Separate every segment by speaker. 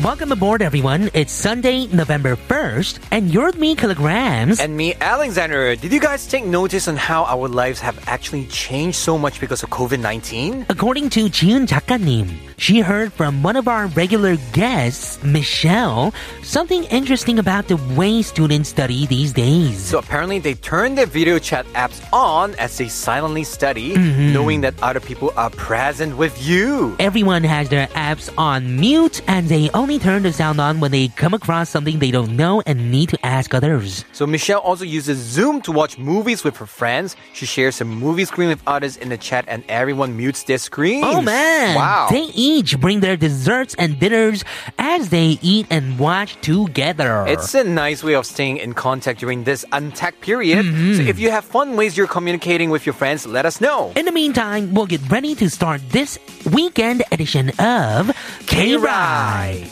Speaker 1: Welcome aboard, everyone. It's Sunday, November 1st, and you're with me, Kilograms.
Speaker 2: And me, Alexander. Did you guys take notice on how our lives have actually changed so much because of COVID 19?
Speaker 1: According to Jiun Jakanim, she heard from one of our regular guests, Michelle, something interesting about the way students study these days.
Speaker 2: So apparently, they turn their video chat apps on as they silently study,
Speaker 1: Mm-hmm.
Speaker 2: knowing that other people are present with you.
Speaker 1: Everyone has their apps on mute, and they only turn the sound on when they come across something they don't know and need to ask others.
Speaker 2: So Michelle also uses Zoom to watch movies with her friends. She shares her movie screen with others in the chat, and everyone mutes their screens.
Speaker 1: Oh man!
Speaker 2: Wow.
Speaker 1: They each bring their desserts and dinners as they eat and watch together.
Speaker 2: It's a nice way of staying in contact during this untact period.
Speaker 1: Mm-hmm.
Speaker 2: So if you have fun ways you're communicating with your friends, let us know.
Speaker 1: In the meantime, we'll get ready to start this weekend edition of K Ride.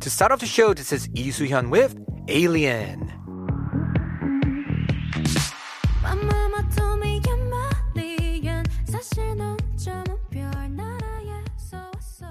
Speaker 2: To start off the show, this is Lee Soo-hyun with Alien.
Speaker 3: My mama told me I'm alien. 사실 넌 좀은 별 나라에서 왔어.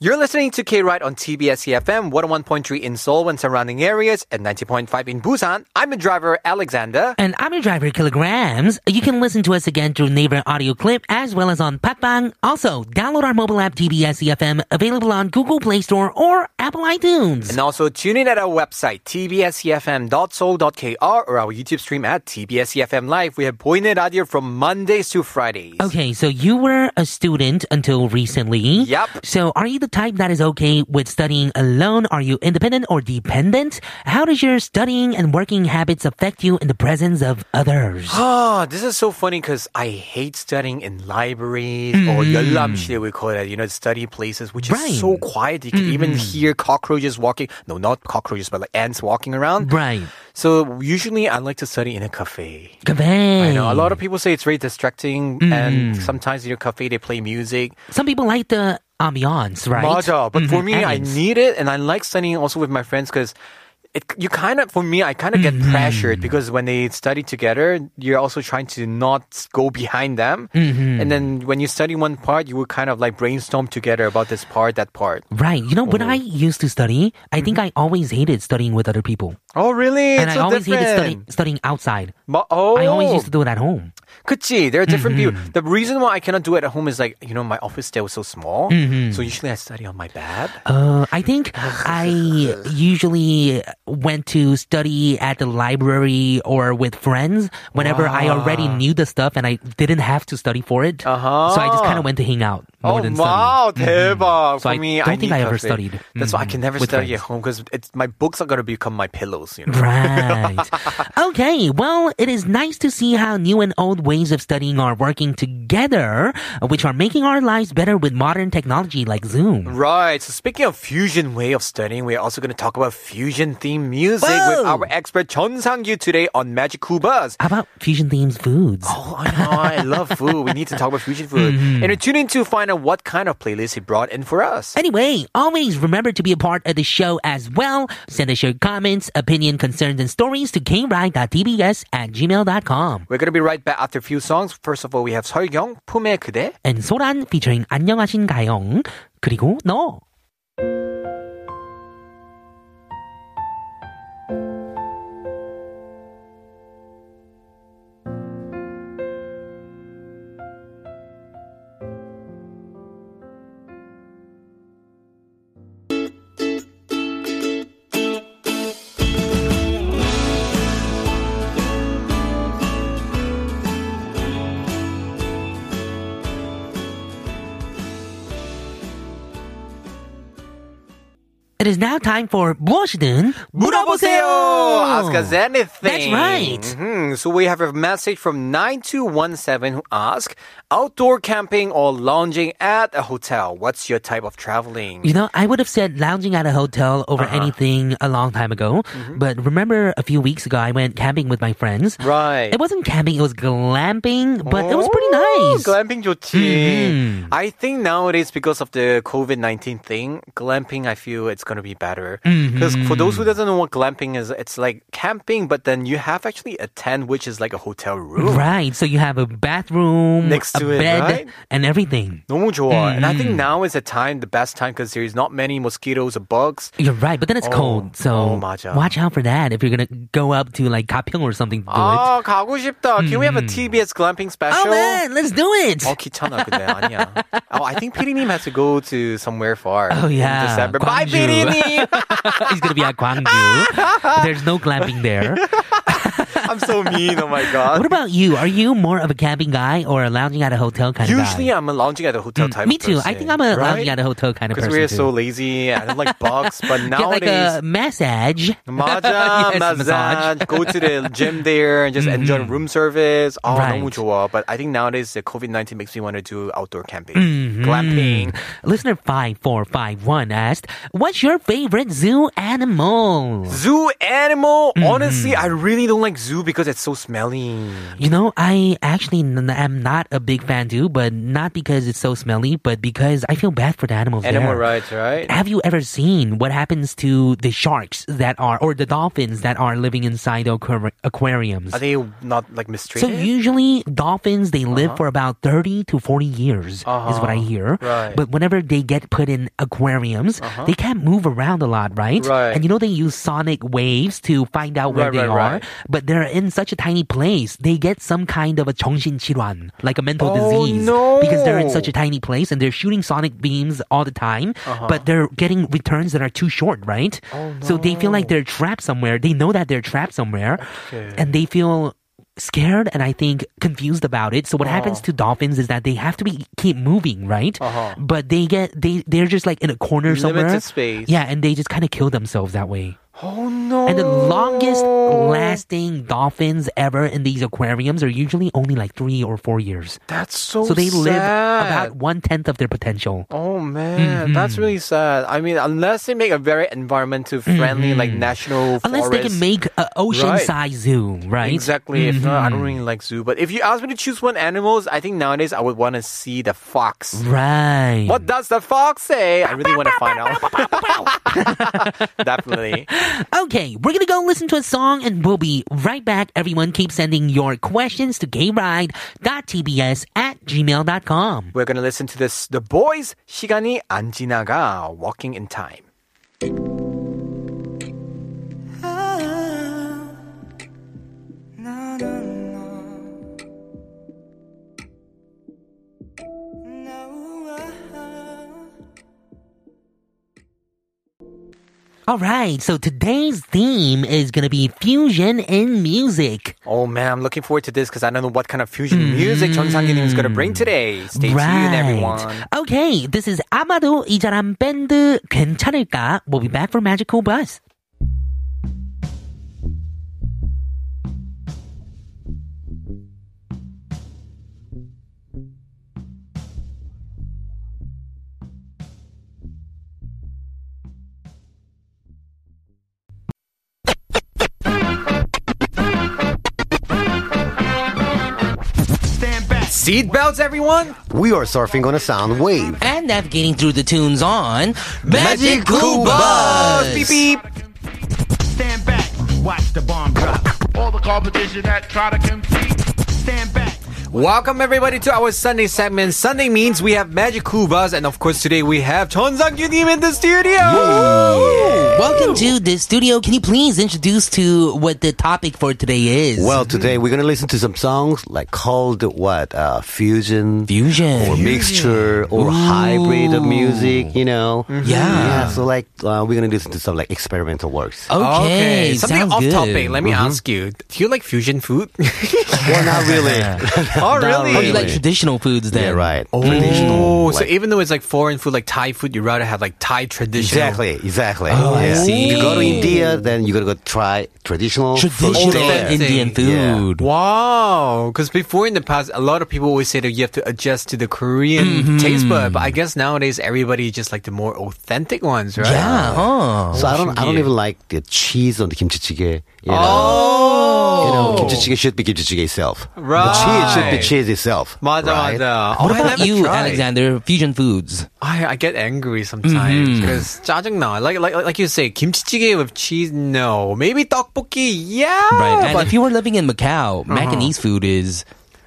Speaker 2: You're listening to K-Ride on TBS EFM 101.3 in Seoul and surrounding areas and 90.5 in Busan. I'm a driver, Alexander.
Speaker 1: And I'm your driver, Kilograms. You can listen to us again through Naver Audio Clip as well as on Patbang. Also, download our mobile app TBS EFM, E available on Google Play Store or Apple iTunes.
Speaker 2: And also tune in at our website, E tbsefm.soul.kr or our YouTube stream at tbsefm E live. We have Boyne Radio from Mondays to Fridays.
Speaker 1: Okay, so you were a student until recently.
Speaker 2: Yup.
Speaker 1: So are you the type that is okay with studying alone? Are you independent or dependent? How does your studying and working habits affect you in the presence of others?
Speaker 2: Ah, this is so funny because I hate studying in libraries or 열람실 we call it, you know, study places, which
Speaker 1: Mm. Right. Mm-hmm.
Speaker 2: is so quiet. You can even hear cockroaches walking. No, not cockroaches, but like ants walking around.
Speaker 1: Right.
Speaker 2: So usually I like to study in a cafe.
Speaker 1: Cafe.
Speaker 2: I know a lot of people say it's very distracting,
Speaker 1: Mm.
Speaker 2: and sometimes in your cafe they play music.
Speaker 1: Some people like the ambiance, right?
Speaker 2: 맞아. But for
Speaker 1: Mhm,
Speaker 2: me, I
Speaker 1: ambience.
Speaker 2: need it, and I like studying also with my friends because. It, you kind of, for me, I kind of get
Speaker 1: Mm-hmm.
Speaker 2: pressured because when they study together, you're also trying to not go behind them.
Speaker 1: Mm-hmm.
Speaker 2: And then when you study one part, you will kind of like brainstorm together about this part, that part.
Speaker 1: Right. You know, when
Speaker 2: Oh.
Speaker 1: I used to study, I think I always hated studying with other people.
Speaker 2: Oh, really?
Speaker 1: And
Speaker 2: Mm-hmm.
Speaker 1: I
Speaker 2: it's so
Speaker 1: always
Speaker 2: different.
Speaker 1: hated studying, studying outside.
Speaker 2: Ma- oh,
Speaker 1: I always Mm-hmm. used to do it at home.
Speaker 2: 그치, there are different people. The reason why I cannot do it at home is like, you know, my office there was so small.
Speaker 1: Mm-hmm.
Speaker 2: So usually I study on my bed.
Speaker 1: Uh, I think I usually went to study at the library or with friends whenever I already knew the stuff and I didn't have to study for it. So I just kind of went to hang out more
Speaker 2: Uh-huh. oh,
Speaker 1: than
Speaker 2: wow,
Speaker 1: study.
Speaker 2: 대박.
Speaker 1: So
Speaker 2: For
Speaker 1: I
Speaker 2: me,
Speaker 1: don't think
Speaker 2: need
Speaker 1: I ever
Speaker 2: cafe.
Speaker 1: studied,
Speaker 2: That's why I
Speaker 1: mhm,
Speaker 2: can never
Speaker 1: with
Speaker 2: study
Speaker 1: friends.
Speaker 2: at home because my books are going to become my pillows, you know.
Speaker 1: Right. okay. Well, it is nice to see how new and old ways of studying are working together, which are making our lives better with modern technology like Zoom.
Speaker 2: Right. So speaking of fusion way of studying, we're also going to talk about fusion themed music
Speaker 1: Whoa!
Speaker 2: with our expert Chun Sang Yu today on Magic Kubas.
Speaker 1: How about fusion themes foods?
Speaker 2: Oh, I know. I love food. We need to talk about fusion food.
Speaker 1: Mm-hmm.
Speaker 2: And we tune in to find out what kind of playlist he brought in for us.
Speaker 1: Anyway, always remember to be a part of the show as well. Send us your comments, opinion, concerns, and stories to kride.tbs at gmail.com.
Speaker 2: We're going to be right back after a few songs. First of all, we have 설경, 품에 그대.
Speaker 1: And Soran featuring 안녕하신 가영 그리고 너. It is now time for 무엇이든 물어보세요.
Speaker 2: Ask us anything.
Speaker 1: That's right.
Speaker 2: Mhm. Hmm, so we have a message from 9217 who asks outdoor camping or lounging at a hotel. What's your type of traveling?
Speaker 1: You know, I would have said lounging at a hotel over
Speaker 2: Uh-huh.
Speaker 1: anything a long time ago.
Speaker 2: Mm-hmm.
Speaker 1: But remember a few weeks ago, I went camping with my friends.
Speaker 2: Right.
Speaker 1: It wasn't camping, it was glamping, but it was pretty
Speaker 2: Oh,
Speaker 1: nice. Mm-hmm.
Speaker 2: Glamping 좋지. I think nowadays because of the COVID nineteen thing, glamping I feel it's gonna be better.
Speaker 1: Mm-hmm.
Speaker 2: Because for those who doesn't know what glamping is, it's like camping, but then you have actually a tent which is like a hotel room.
Speaker 1: Right. So you have a bathroom, a
Speaker 2: Next to it,
Speaker 1: bed,
Speaker 2: right?
Speaker 1: and everything.
Speaker 2: 너무 좋아. And I think now is the time, the best time, because there's not many mosquitoes or bugs.
Speaker 1: You're right, but then it's
Speaker 2: Oh,
Speaker 1: cold. So
Speaker 2: oh, 맞아.
Speaker 1: watch out for that if you're going to go up to like Gapyeong or something to do it.
Speaker 2: 아, 가고 싶다. Can we have a TBS glamping
Speaker 1: Oh
Speaker 2: special?
Speaker 1: man, let's do it.
Speaker 2: 어, 귀찮아, 근데. 아니야. Oh, I think PD님 has to go to somewhere far.
Speaker 1: Oh, yeah.
Speaker 2: In December. Bye,
Speaker 1: 광주.
Speaker 2: PD님!
Speaker 1: He's going to be at Gwangju. There's no glamping there.
Speaker 2: I'm so mean. Oh, my God.
Speaker 1: What about you? Are you more of a camping guy or a lounging at a hotel kind
Speaker 2: Usually,
Speaker 1: of
Speaker 2: I'm a lounging at a hotel
Speaker 1: guy?
Speaker 2: type.
Speaker 1: Mm, Me too. I think I'm a lounging at a hotel kind of
Speaker 2: Because
Speaker 1: person.
Speaker 2: we're so
Speaker 1: too.
Speaker 2: lazy. I don't like bugs. But
Speaker 1: Get like a
Speaker 2: nowadays,
Speaker 1: massage.
Speaker 2: Maja,
Speaker 1: Yes,
Speaker 2: massage,
Speaker 1: massage. Mm-hmm.
Speaker 2: go to the gym there and just enjoy room service. Oh,
Speaker 1: Right.
Speaker 2: 너무 좋아. But I think nowadays the COVID nineteen makes me want to do outdoor camping,
Speaker 1: Mm-hmm.
Speaker 2: glamping.
Speaker 1: Listener 5451 asked, What's your favorite zoo animal?
Speaker 2: Zoo animal.
Speaker 1: Mm-hmm.
Speaker 2: Honestly, I really don't like zoo because it's so smelly.
Speaker 1: You know, I actually n- am not a big fan too, but not because it's so smelly, but because I feel bad for the animals.
Speaker 2: Animal
Speaker 1: there.
Speaker 2: rights, right?
Speaker 1: Have you ever seen what happens to the sharks that are, or the dolphins that are living inside the aquar- aquariums?
Speaker 2: Are they not like
Speaker 1: So
Speaker 2: mistreated? Uh-huh.
Speaker 1: usually dolphins they live for about 30 to 40 years is what I hear.
Speaker 2: Right. Uh-huh.
Speaker 1: But whenever they get put in aquariums, they can't move around a lot, right?
Speaker 2: Right.
Speaker 1: And you know they use sonic waves to find out where
Speaker 2: Right,
Speaker 1: they are,
Speaker 2: right, right.
Speaker 1: but they're in such a tiny place. They get some kind of a 정신 질환, like a mental
Speaker 2: Oh,
Speaker 1: disease
Speaker 2: no.
Speaker 1: because they're in such a tiny place and they're shooting sonic beams all the time,
Speaker 2: Uh-huh.
Speaker 1: but they're getting returns that are too short, right?
Speaker 2: Oh,
Speaker 1: So they feel like they're trapped somewhere. They know that they're trapped somewhere and they feel scared and I think confused about it. So what happens to dolphins is that they have to be keep moving, right?
Speaker 2: Uh-huh.
Speaker 1: But they get they they're just like in a corner somewhere.
Speaker 2: Limited space.
Speaker 1: Yeah, and they just kind of kill themselves that way.
Speaker 2: Oh no!
Speaker 1: And the longest lasting dolphins ever in these aquariums are usually only like three or four years.
Speaker 2: That's so.
Speaker 1: So they live
Speaker 2: sad.
Speaker 1: about Mm-hmm. one tenth of their potential.
Speaker 2: Oh man, that's really sad. I mean, unless they make a very environmental friendly, like national
Speaker 1: Mm-hmm. Unless they can
Speaker 2: forest.
Speaker 1: make an ocean size zoo, right?
Speaker 2: exactly. If not, I don't really like zoo. But if you ask me to choose one animals, I think nowadays I would want to see the fox.
Speaker 1: Mm-hmm. Right.
Speaker 2: What does the fox say? I really want to find out. Definitely.
Speaker 1: Okay, we're gonna go listen to a song and we'll be right back. Everyone keep sending your questions to gayride.tbs at gmail.com.
Speaker 2: We're gonna listen to this. The boys, 시간이 안 지나가, walking in time.
Speaker 1: Alright, so today's theme is gonna be fusion in music.
Speaker 2: Oh man, I'm looking forward to this because I don't know what kind of fusion music Chun is gonna bring today. Stay tuned, everyone.
Speaker 1: Okay, this is 아마도 이 사람 밴드 괜찮을까? We'll be back for Magical Bus.
Speaker 2: Seatbelts, everyone.
Speaker 4: We are surfing on a sound wave.
Speaker 1: And navigating through the tunes on
Speaker 4: Magical Bus.
Speaker 2: Beep beep.
Speaker 5: Stand back, watch the bomb drop. All the competition that try to compete. Stand back.
Speaker 2: Welcome everybody to our Sunday segment. Sunday means we have Magic Kubas, and of course today we have Chun Sang Yunim in the studio.
Speaker 1: Welcome to the studio. Can you please introduce to what the topic for today is?
Speaker 4: Well, today we're gonna listen to some songs like called what uh, fusion,
Speaker 1: fusion.
Speaker 4: or mixture, or hybrid of music. You know,
Speaker 1: Yeah.
Speaker 4: yeah. So like uh, we're gonna listen to some like experimental works.
Speaker 1: Okay,
Speaker 2: something
Speaker 1: sounds
Speaker 2: off
Speaker 1: good.
Speaker 2: topic. Let me ask you: Do you like fusion food?
Speaker 4: Well, not really.
Speaker 2: Oh,
Speaker 4: Not
Speaker 2: really?
Speaker 1: Oh, you like traditional foods then?
Speaker 4: Yeah, right.
Speaker 2: Oh, so
Speaker 4: like-
Speaker 2: even though it's like foreign food, like Thai food, you'd rather have like Thai traditional.
Speaker 4: Exactly, exactly.
Speaker 1: Oh, I see.
Speaker 4: You go to India, then you're gonna go try traditional food
Speaker 1: Traditional
Speaker 4: there.
Speaker 2: Authentic.
Speaker 1: Indian
Speaker 4: Yeah.
Speaker 1: food.
Speaker 2: Wow, because before in the past, a lot of people always say that you have to adjust to the Korean taste bud, but I guess nowadays everybody just like the more authentic ones, right?
Speaker 1: Yeah, huh?
Speaker 4: So I don't, I don't
Speaker 2: 신기해.
Speaker 4: even like the cheese on the kimchi jjigae. You know,
Speaker 2: Oh,
Speaker 4: you know, kimchi jjigae should be kimchi jjigae itself. The cheese should be
Speaker 2: Right.
Speaker 4: cheese itself.
Speaker 2: 맞아,
Speaker 4: right?
Speaker 2: 맞아.
Speaker 1: What
Speaker 2: Oh, I
Speaker 1: about
Speaker 2: haven't
Speaker 1: you,
Speaker 2: tried.
Speaker 1: Alexander? Fusion foods.
Speaker 2: I, I get angry sometimes
Speaker 1: Hmm.
Speaker 2: because 짜증나. Like like like you say, kimchi with cheese, no. Maybe tteokbokki, yeah.
Speaker 1: Right. And
Speaker 2: Ah, but
Speaker 1: if you were living in Macau, Macanese food is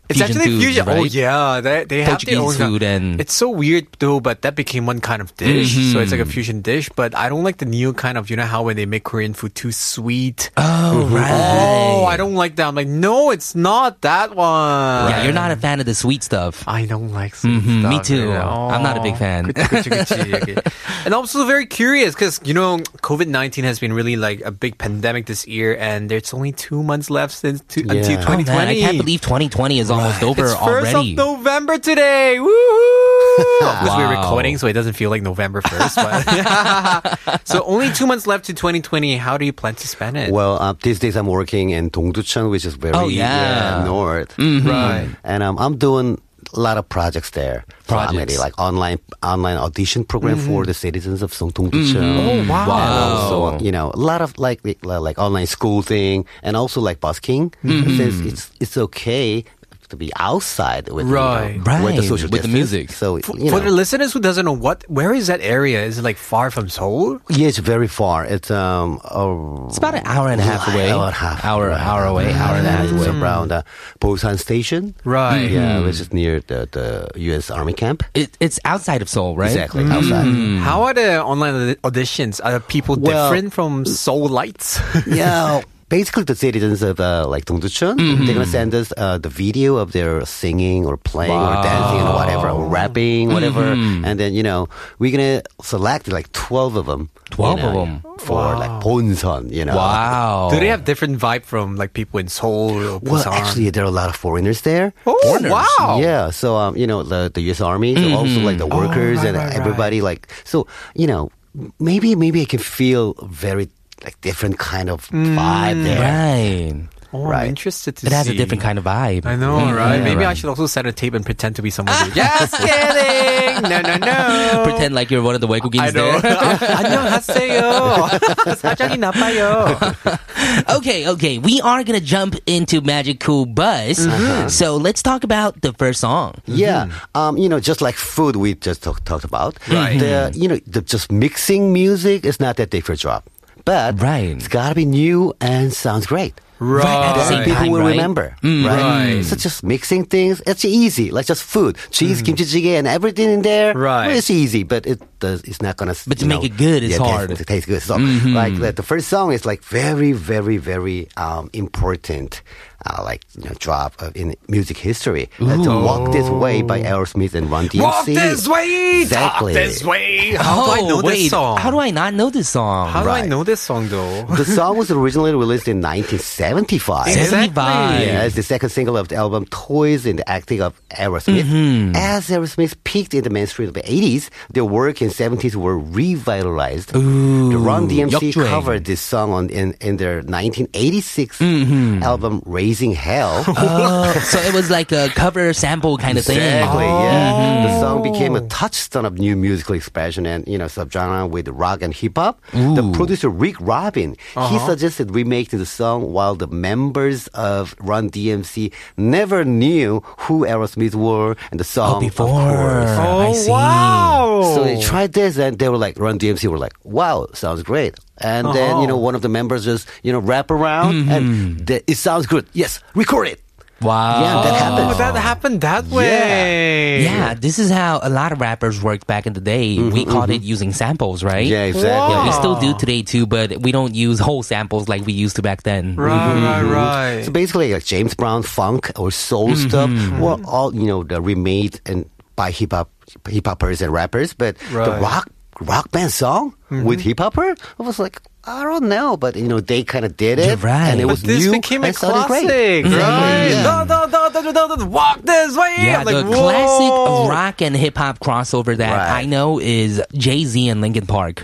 Speaker 2: Uh-huh. it's
Speaker 1: fusion
Speaker 2: actually
Speaker 1: foods,
Speaker 2: fusion.
Speaker 1: Right?
Speaker 2: Oh yeah, they they have their own
Speaker 1: Portuguese food and-
Speaker 2: it's so weird though. But that became one kind of dish, so it's like a
Speaker 1: Mm-hmm.
Speaker 2: fusion dish. But I don't like the new kind of you know how when they make Korean food too sweet.
Speaker 1: Oh, right.
Speaker 2: Oh, I don't like that. I'm like, no, it's not that one.
Speaker 1: Yeah, you're not a fan of the sweet stuff.
Speaker 2: I don't like sweet
Speaker 1: Mhm,
Speaker 2: stuff.
Speaker 1: me too. I'm not a big fan.
Speaker 2: 그치, 그치, 그치. Okay. and I'm also very curious because you know COVID nineteen has been really like a big pandemic this year, and there's only two months left since to,
Speaker 4: Yeah.
Speaker 2: until
Speaker 4: Oh,
Speaker 1: Oh, man, I
Speaker 2: 2020.
Speaker 1: can't believe 2020 is almost over
Speaker 2: it's first
Speaker 1: already.
Speaker 2: of November today. Woohoo! Because we're
Speaker 1: Wow.
Speaker 2: recording, so it doesn't feel like November first. But so only two months left to 2020. How do you plan to spend it?
Speaker 4: Well, uh, these days I'm working in Dongducheon, which is very uh,
Speaker 1: Oh, yeah. Mm-hmm.
Speaker 4: north,
Speaker 2: Right.
Speaker 4: and um, I'm doing a lot of projects there.
Speaker 1: Projects. Mm-hmm.
Speaker 4: Comedy, like online online audition program for the citizens of Song- Dongducheon. Oh wow! And
Speaker 1: Oh.
Speaker 4: also, you know, a lot of like like, like online school thing, and also like busking.
Speaker 1: Mm-hmm.
Speaker 4: Since it's it's okay to be outside with you know,
Speaker 2: Right.
Speaker 4: with the
Speaker 1: Right,
Speaker 4: social
Speaker 1: with the music.
Speaker 4: distance. So
Speaker 2: For,
Speaker 4: you
Speaker 2: for the
Speaker 4: know.
Speaker 2: listeners who doesn't know what, where is that area? Is it like far from Seoul?
Speaker 4: yeah, it's very far. It's um. oh,
Speaker 1: It's about an hour and a half away.
Speaker 4: Hour and a half.
Speaker 1: Hour,
Speaker 4: Right.
Speaker 1: hour away. Hour and a half
Speaker 4: It's
Speaker 1: away.
Speaker 4: around uh, Busan Station.
Speaker 2: Right.
Speaker 4: Yeah, which is near the, the U.S. Army camp.
Speaker 1: It, it's outside of Seoul, right?
Speaker 4: Exactly, outside.
Speaker 2: How are the online audi- auditions? Are people
Speaker 4: Well-
Speaker 2: different from Seoul Lights?
Speaker 4: yeah. Basically, the citizens of uh, like Dongducheon, they're gonna send us uh, the video of their singing or playing or dancing or whatever, or rapping, whatever, and then you know we're gonna select like twelve of them,
Speaker 1: 12 of them.
Speaker 4: for like Bonson, you know.
Speaker 1: Wow.
Speaker 2: Do they have different vibe from like people in Seoul or
Speaker 4: Well,
Speaker 2: Busan?
Speaker 4: actually, there are a lot of foreigners there.
Speaker 2: Oh,
Speaker 4: Foreigners.
Speaker 2: wow. Mm-hmm. Oh,
Speaker 4: Yeah, so um, you know the the U.S. Army, so also like the workers
Speaker 2: right,
Speaker 4: and
Speaker 2: right, right.
Speaker 4: everybody. Like so, you know, maybe maybe I can feel very like different kind of
Speaker 2: Mm.
Speaker 4: vibe there.
Speaker 1: Right.
Speaker 2: oh,
Speaker 4: right.
Speaker 2: I'm interested to
Speaker 1: It has a
Speaker 2: see.
Speaker 1: different kind of vibe. Mm-hmm.
Speaker 2: I know, right?
Speaker 1: Yeah,
Speaker 2: Maybe
Speaker 1: right.
Speaker 2: I should also set a tape and pretend to be someone. who- Just kidding. No, no, no.
Speaker 1: Pretend like you're one of the
Speaker 2: I
Speaker 1: 외국인's
Speaker 2: know.
Speaker 1: there.
Speaker 2: 안녕하세요. 사장이 나빠요.
Speaker 1: okay, okay. We are gonna jump into Magic Cool Bus.
Speaker 2: Mm-hmm. Uh-huh.
Speaker 1: So let's talk about the first song.
Speaker 4: Yeah, um, you know, just like food we just talk, talked about,
Speaker 2: Mm-hmm. Right. Mm-hmm.
Speaker 4: the you know, the just mixing music is not that different job, but
Speaker 1: Right.
Speaker 4: it's gotta be new and sounds great.
Speaker 2: Right. Mm.
Speaker 1: at the same
Speaker 4: People
Speaker 1: time,
Speaker 4: will
Speaker 1: right?
Speaker 4: remember, right?
Speaker 2: Right.
Speaker 4: So just mixing things, it's easy. Like just food, cheese, kimchi jjigae, and everything in there.
Speaker 2: Mm. Right.
Speaker 4: well, it's easy, but it does, it's not gonna.
Speaker 1: But to
Speaker 4: you
Speaker 1: make
Speaker 4: know,
Speaker 1: it good, it's
Speaker 4: yeah, taste-
Speaker 1: hard.
Speaker 4: To taste good, so
Speaker 2: Mm-hmm.
Speaker 4: like the, the first song is like very, very, very um, important, uh, like you know, drop of, in music history. Like, to Walk This Way by Aerosmith and Run DMC.
Speaker 2: Walk this way.
Speaker 4: Exactly.
Speaker 2: Talk this way. How do I
Speaker 1: Oh,
Speaker 2: know
Speaker 1: wait,
Speaker 2: this song?
Speaker 1: How do I not know this song?
Speaker 2: How do I
Speaker 4: Right.
Speaker 2: know this song though?
Speaker 4: The song was originally released in 1975.
Speaker 2: Exactly.
Speaker 1: Seventy-five.
Speaker 4: Yeah, it's the second single of the album Toys in the Acting of Aerosmith. As Aerosmith peaked in the mainstream of the 80s, their work in 70s were revitalized. the Run DMC
Speaker 1: 역주행.
Speaker 4: covered this song on, in, in their 1986 album Raising Hell.
Speaker 1: Oh, so it was like a cover sample kind of thing.
Speaker 4: Exactly, yeah. The song became a touchstone of new musical expression and, you know, subgenre with rock and hip hop. The producer Rick Rubin, he suggested remaking the song while the members of Run DMC never knew who Aerosmith were and the song.
Speaker 1: Oh,
Speaker 4: of
Speaker 1: before.
Speaker 4: course.
Speaker 1: I
Speaker 2: Oh
Speaker 1: see.
Speaker 2: wow!
Speaker 4: So they tried this and they were like, Run DMC were like, wow, sounds great. And then, you know, one of the members just, you know, wrap around and the, it sounds good. Yes, record it.
Speaker 1: Wow.
Speaker 4: Yeah, that
Speaker 2: Oh,
Speaker 4: happened.
Speaker 2: that happened that way.
Speaker 1: Yeah, this is how a lot of rappers worked back in the day.
Speaker 2: Mm-hmm,
Speaker 1: we called it using samples, right?
Speaker 4: Yeah, exactly.
Speaker 1: Yeah, we still do today too, but we don't use whole samples like we used to back then.
Speaker 2: Right,
Speaker 1: Mm-hmm.
Speaker 2: right, right.
Speaker 4: So basically, like James Brown funk or soul
Speaker 2: Mm-hmm.
Speaker 4: stuff were all you know the remade and by hip hop hip hoppers and rappers, but the
Speaker 2: Right. Mm-hmm.
Speaker 4: rock rock band song with hip hopper? I was like, I don't know, but you know, they kind of did it,
Speaker 1: You're right.
Speaker 4: and it
Speaker 1: But
Speaker 4: was
Speaker 2: But this
Speaker 4: new
Speaker 2: became a
Speaker 4: and sounded
Speaker 2: classic,
Speaker 4: great.
Speaker 1: Mm-hmm.
Speaker 2: right? Da, da, da, da, da, da, da, walk this way.
Speaker 1: Yeah,
Speaker 2: I'm like,
Speaker 1: the
Speaker 2: whoa.
Speaker 1: classic rock and hip hop crossover that
Speaker 4: Right.
Speaker 1: I know is Jay Z and Linkin Park.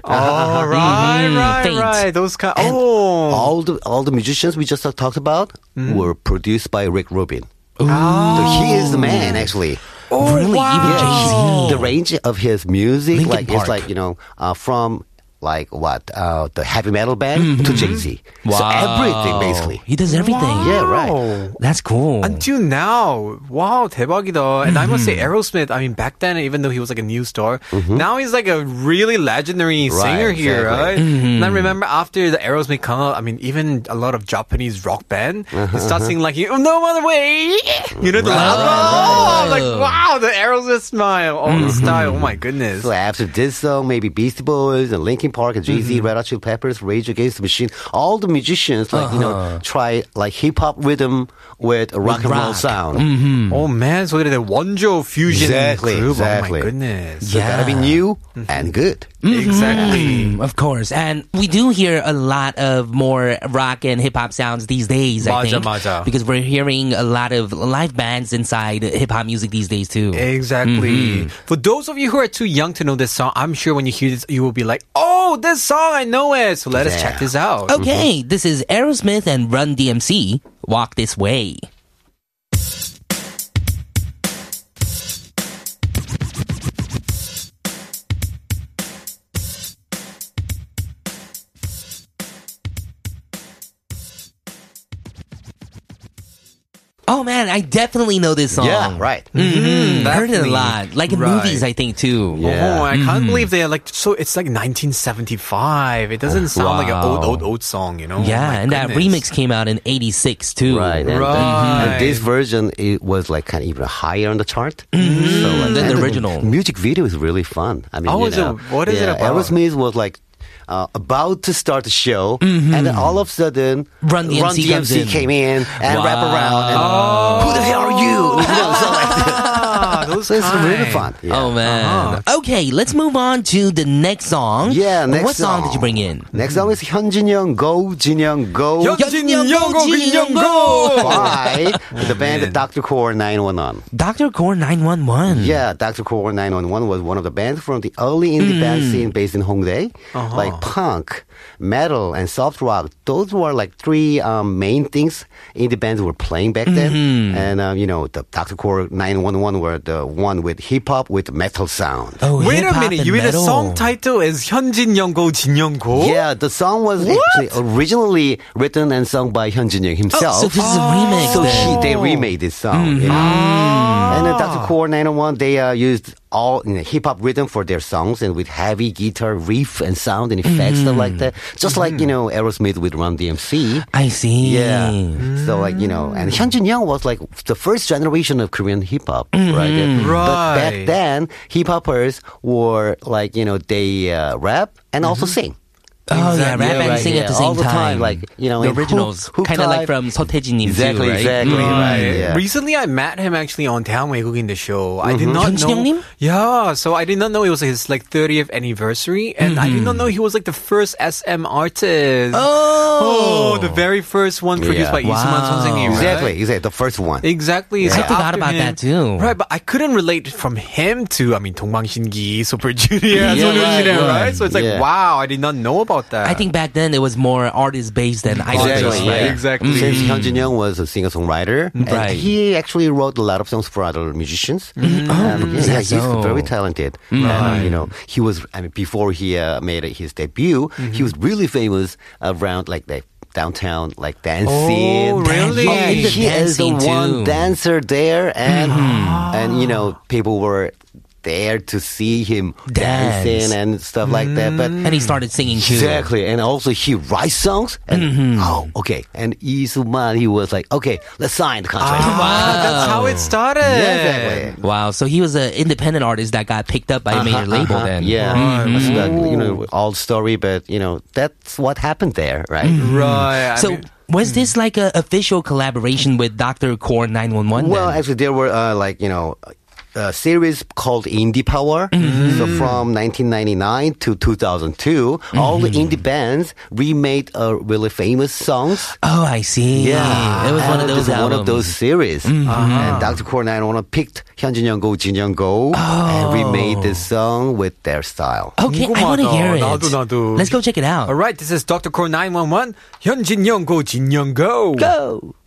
Speaker 2: All right,
Speaker 1: Mhm,
Speaker 2: right,
Speaker 1: faint.
Speaker 2: right. Those kind.
Speaker 4: Mm-hmm. And
Speaker 2: Oh,
Speaker 4: all the all the musicians we just talked about
Speaker 2: Mm-hmm.
Speaker 4: were produced by Rick Rubin. So he is the man, actually.
Speaker 2: oh,
Speaker 1: really?
Speaker 2: wow.
Speaker 1: Even Jay Z.
Speaker 4: The range of his music,
Speaker 1: Linkin
Speaker 4: like
Speaker 1: Park.
Speaker 4: it's like you know, uh, from like what uh, the heavy metal band
Speaker 1: Mm-hmm.
Speaker 4: to Jay Z. So everything basically.
Speaker 1: He does everything.
Speaker 4: Yeah, right.
Speaker 2: Wow.
Speaker 1: That's cool.
Speaker 2: Until now, wow, 대박이다. And I must say,
Speaker 4: Mm-hmm.
Speaker 2: Aerosmith. I mean, back then, even though he was like a new star, now he's like a really legendary
Speaker 4: Right,
Speaker 2: singer here,
Speaker 4: exactly. Mm-hmm.
Speaker 2: right? And I remember after the Aerosmith come out, I mean, even a lot of Japanese rock band they start singing like "Oh, "No Other Way," you know, the
Speaker 4: Uh-huh, Right,
Speaker 2: loud-
Speaker 4: right, Mm-hmm.
Speaker 2: oh, like wow, the Aerosmith smile, oh, the style. Oh my goodness.
Speaker 4: So after this song, maybe Beastie Boys and Linkin Park and Jay Z,
Speaker 1: Mm-hmm.
Speaker 4: Red Hot Chili Peppers, Rage Against the Machine, all the musicians like you know try like hip hop rhythm with a rock and roll
Speaker 1: Uh-huh. rock. Mm-hmm.
Speaker 4: sound.
Speaker 2: Oh man, so they're the Wonjo fusion
Speaker 4: Exactly,
Speaker 2: group. Oh
Speaker 4: exactly. Mm-hmm.
Speaker 2: my goodness.
Speaker 4: So
Speaker 1: Yeah. Mm-hmm.
Speaker 4: gotta be new and good.
Speaker 2: Exactly.
Speaker 1: Mm, Of course. And we do hear a lot of more rock and hip hop sounds these days, I
Speaker 2: Maja,
Speaker 1: think.
Speaker 2: maja.
Speaker 1: Because we're hearing a lot of live bands inside hip hop music these days, too. Mm-hmm.
Speaker 2: Exactly. For those of you who are too young to know this song, I'm sure when you hear this, you will be like, "Oh, this song, I know it." So let us check this out.
Speaker 1: Okay, this is Aerosmith and Run DMC. Walk this way. Oh man, I definitely know this song.
Speaker 4: Yeah, right.
Speaker 1: Mm, heard it a
Speaker 2: definitely.
Speaker 1: lot, like in
Speaker 2: Right.
Speaker 1: movies, I think too.
Speaker 4: Yeah.
Speaker 2: Oh, I
Speaker 1: mm-hmm.
Speaker 2: can't believe they're like so. It's like 1975. It doesn't sound like an old, old, old song, you
Speaker 1: Oh,
Speaker 2: know?
Speaker 1: Yeah,
Speaker 2: Oh, My
Speaker 1: and that
Speaker 2: goodness.
Speaker 1: remix came out in '86 too.
Speaker 4: Right. And,
Speaker 2: Right.
Speaker 4: and this version it was like kind of even higher on the chart. So like,
Speaker 1: Mm-hmm. Than the
Speaker 4: and
Speaker 1: original.
Speaker 4: music video is really fun. I mean,
Speaker 2: Oh,
Speaker 4: you
Speaker 2: is it-
Speaker 4: know,
Speaker 2: what is it
Speaker 4: yeah,
Speaker 2: about?
Speaker 4: Aerosmith was like uh, about to start the show, and then all of a sudden,
Speaker 1: Mm-hmm. Run DMC comes in.
Speaker 4: came in
Speaker 1: Wow.
Speaker 4: and
Speaker 1: Oh.
Speaker 4: wrap around. And, Who the hell are you? You know, so like-
Speaker 2: Ah, those
Speaker 4: so it's really
Speaker 2: kind.
Speaker 4: fun. Yeah. Uh-huh.
Speaker 1: Oh man. Okay, let's move on to the next song.
Speaker 4: Yeah, next
Speaker 1: what song, did you bring in?
Speaker 4: Next song is Hyunjin Young Go, Jin Young Go.
Speaker 2: Hyunjin
Speaker 1: Hyunjin
Speaker 2: Young-go,
Speaker 1: Young-go.
Speaker 2: Young-go.
Speaker 4: by the band Dr. Core 911.
Speaker 1: Dr. Core 911.
Speaker 4: Yeah, Dr. Core 911 was one of the bands from the early indie
Speaker 1: Mm.
Speaker 4: band scene based in Hongdae.
Speaker 1: Uh-huh.
Speaker 4: Like punk, metal, and soft rock. Those were like three um, main things indie bands were playing back then.
Speaker 1: Mm-hmm.
Speaker 4: And, um, you know, the Dr. Core 911 were the one with hip hop with metal sound.
Speaker 1: Oh,
Speaker 2: Wait a
Speaker 1: hip-hop
Speaker 2: minute.
Speaker 1: and
Speaker 2: You mean the
Speaker 1: metal.
Speaker 2: song title is "Hyunjin Young-go, Jin
Speaker 1: Oh?
Speaker 2: Young-go"?
Speaker 4: Yeah, the song was actually originally written and sung by Hyunjin Young
Speaker 1: Oh,
Speaker 4: himself.
Speaker 1: so this is a remix.
Speaker 4: So
Speaker 2: Oh.
Speaker 1: then.
Speaker 4: he, they remade this song.
Speaker 2: Mm-hmm.
Speaker 4: you know.
Speaker 2: Ah.
Speaker 4: And then Dr. Core 901, they uh, used all you know, hip hop rhythm for their songs and with heavy guitar riff and sound and effects, stuff like
Speaker 2: Mm-hmm.
Speaker 4: that. Just like, you know, Aerosmith with Run DMC.
Speaker 1: I see. Oh,
Speaker 4: Yeah. So, like, you know, and Hyunjin Young was like the first generation of Korean hip hop, right? And- But
Speaker 2: Mm-hmm. Right.
Speaker 4: back then, hip hoppers were like, you know, they uh, rap and also
Speaker 2: Mm-hmm.
Speaker 4: sing.
Speaker 1: Oh, yeah, rap
Speaker 4: Yeah,
Speaker 1: and
Speaker 4: right,
Speaker 1: sing at
Speaker 4: yeah.
Speaker 1: the same
Speaker 4: All the time, like, you know,
Speaker 1: the
Speaker 4: in Hook-
Speaker 1: originals,
Speaker 4: Hook
Speaker 1: kind of like from
Speaker 4: Time.
Speaker 1: Sotejin
Speaker 4: Exactly,
Speaker 1: too, right? Mm-hmm.
Speaker 4: exactly, right. Yeah.
Speaker 2: Recently, I met him actually on Downway Cooking the Show. I did not
Speaker 1: Hyun-jin
Speaker 2: know.
Speaker 1: Youngnim?
Speaker 2: Yeah, so I did not know it was his like 30th anniversary, and I did not know he was like the first SM artist.
Speaker 1: Oh.
Speaker 2: Oh, the very first one produced
Speaker 4: Yeah.
Speaker 2: by Isuman
Speaker 1: Wow.
Speaker 2: Sonsenggi. right?
Speaker 4: Exactly, exactly. The first one.
Speaker 2: Exactly.
Speaker 1: I forgot
Speaker 2: after
Speaker 1: about
Speaker 2: him-
Speaker 1: that too.
Speaker 2: Right, but I couldn't relate from him to I mean Dongbang Shingi, Super Junior,
Speaker 4: Yeah,
Speaker 2: Soyeon Jin,
Speaker 4: right,
Speaker 2: right,
Speaker 4: right.
Speaker 2: So it's like
Speaker 4: Yeah.
Speaker 2: wow, I did not know about that.
Speaker 1: I think back then it was more artist based than idol
Speaker 2: Exactly,
Speaker 1: based,
Speaker 2: yeah. Mm-hmm.
Speaker 1: right?
Speaker 2: Exactly.
Speaker 4: Since Hyunjin Young was a singer songwriter,
Speaker 1: Right.
Speaker 4: and he actually wrote a lot of songs for other musicians.
Speaker 2: Mm-hmm. Oh,
Speaker 4: And, yeah, he's
Speaker 1: so?
Speaker 4: very talented. And, uh, you know, he was. I mean, before he uh, made his debut,
Speaker 2: Mm-hmm.
Speaker 4: he was really famous around like the downtown like dance
Speaker 2: Oh,
Speaker 4: scene.
Speaker 2: really?
Speaker 4: Yeah,
Speaker 1: In the
Speaker 4: he
Speaker 1: dance
Speaker 4: is the
Speaker 1: scene too.
Speaker 4: one dancer there, and
Speaker 2: Mm-hmm.
Speaker 4: and you know, people were there to see him
Speaker 1: Dance.
Speaker 4: dancing and stuff like that. But
Speaker 2: Mm-hmm.
Speaker 1: And he started singing too.
Speaker 4: Exactly, and also he writes songs.
Speaker 1: Mm-hmm.
Speaker 4: And oh, okay. And Lee Soo-man, he was like, okay, let's sign the contract.
Speaker 2: Ah, that's how it started.
Speaker 4: Yeah, exactly.
Speaker 1: Wow, so he was an independent artist that got picked up by a major label
Speaker 4: Uh-huh,
Speaker 1: then.
Speaker 4: yeah, It's like, you know, old story, but you know that's what happened there, right?
Speaker 1: Mm-hmm.
Speaker 2: Right. I
Speaker 1: So
Speaker 2: mean-
Speaker 1: was this like a official collaboration with Dr. Core 911?
Speaker 4: Well,
Speaker 1: then?
Speaker 4: actually, there were uh, like you know uh, series called Indie Power.
Speaker 1: Mm-hmm.
Speaker 4: So from 1999 to 2002,
Speaker 1: Mm-hmm.
Speaker 4: all the indie bands remade uh, really famous songs.
Speaker 1: Oh, I see. it was one of
Speaker 4: And
Speaker 1: those albums.
Speaker 4: Ah, this is one
Speaker 1: Mm-hmm.
Speaker 4: of those series. And Dr. Core 911 picked 현진 Young Go, Jin Young Go, and
Speaker 1: Oh.
Speaker 4: remade this song with their style.
Speaker 1: Okay, I want to
Speaker 2: 궁금하다.
Speaker 1: hear it.
Speaker 2: 나도, 나도.
Speaker 1: Let's go check it out.
Speaker 2: All right, this is Dr. Core 911. 현진 영, go, 진 영, go.
Speaker 1: Go.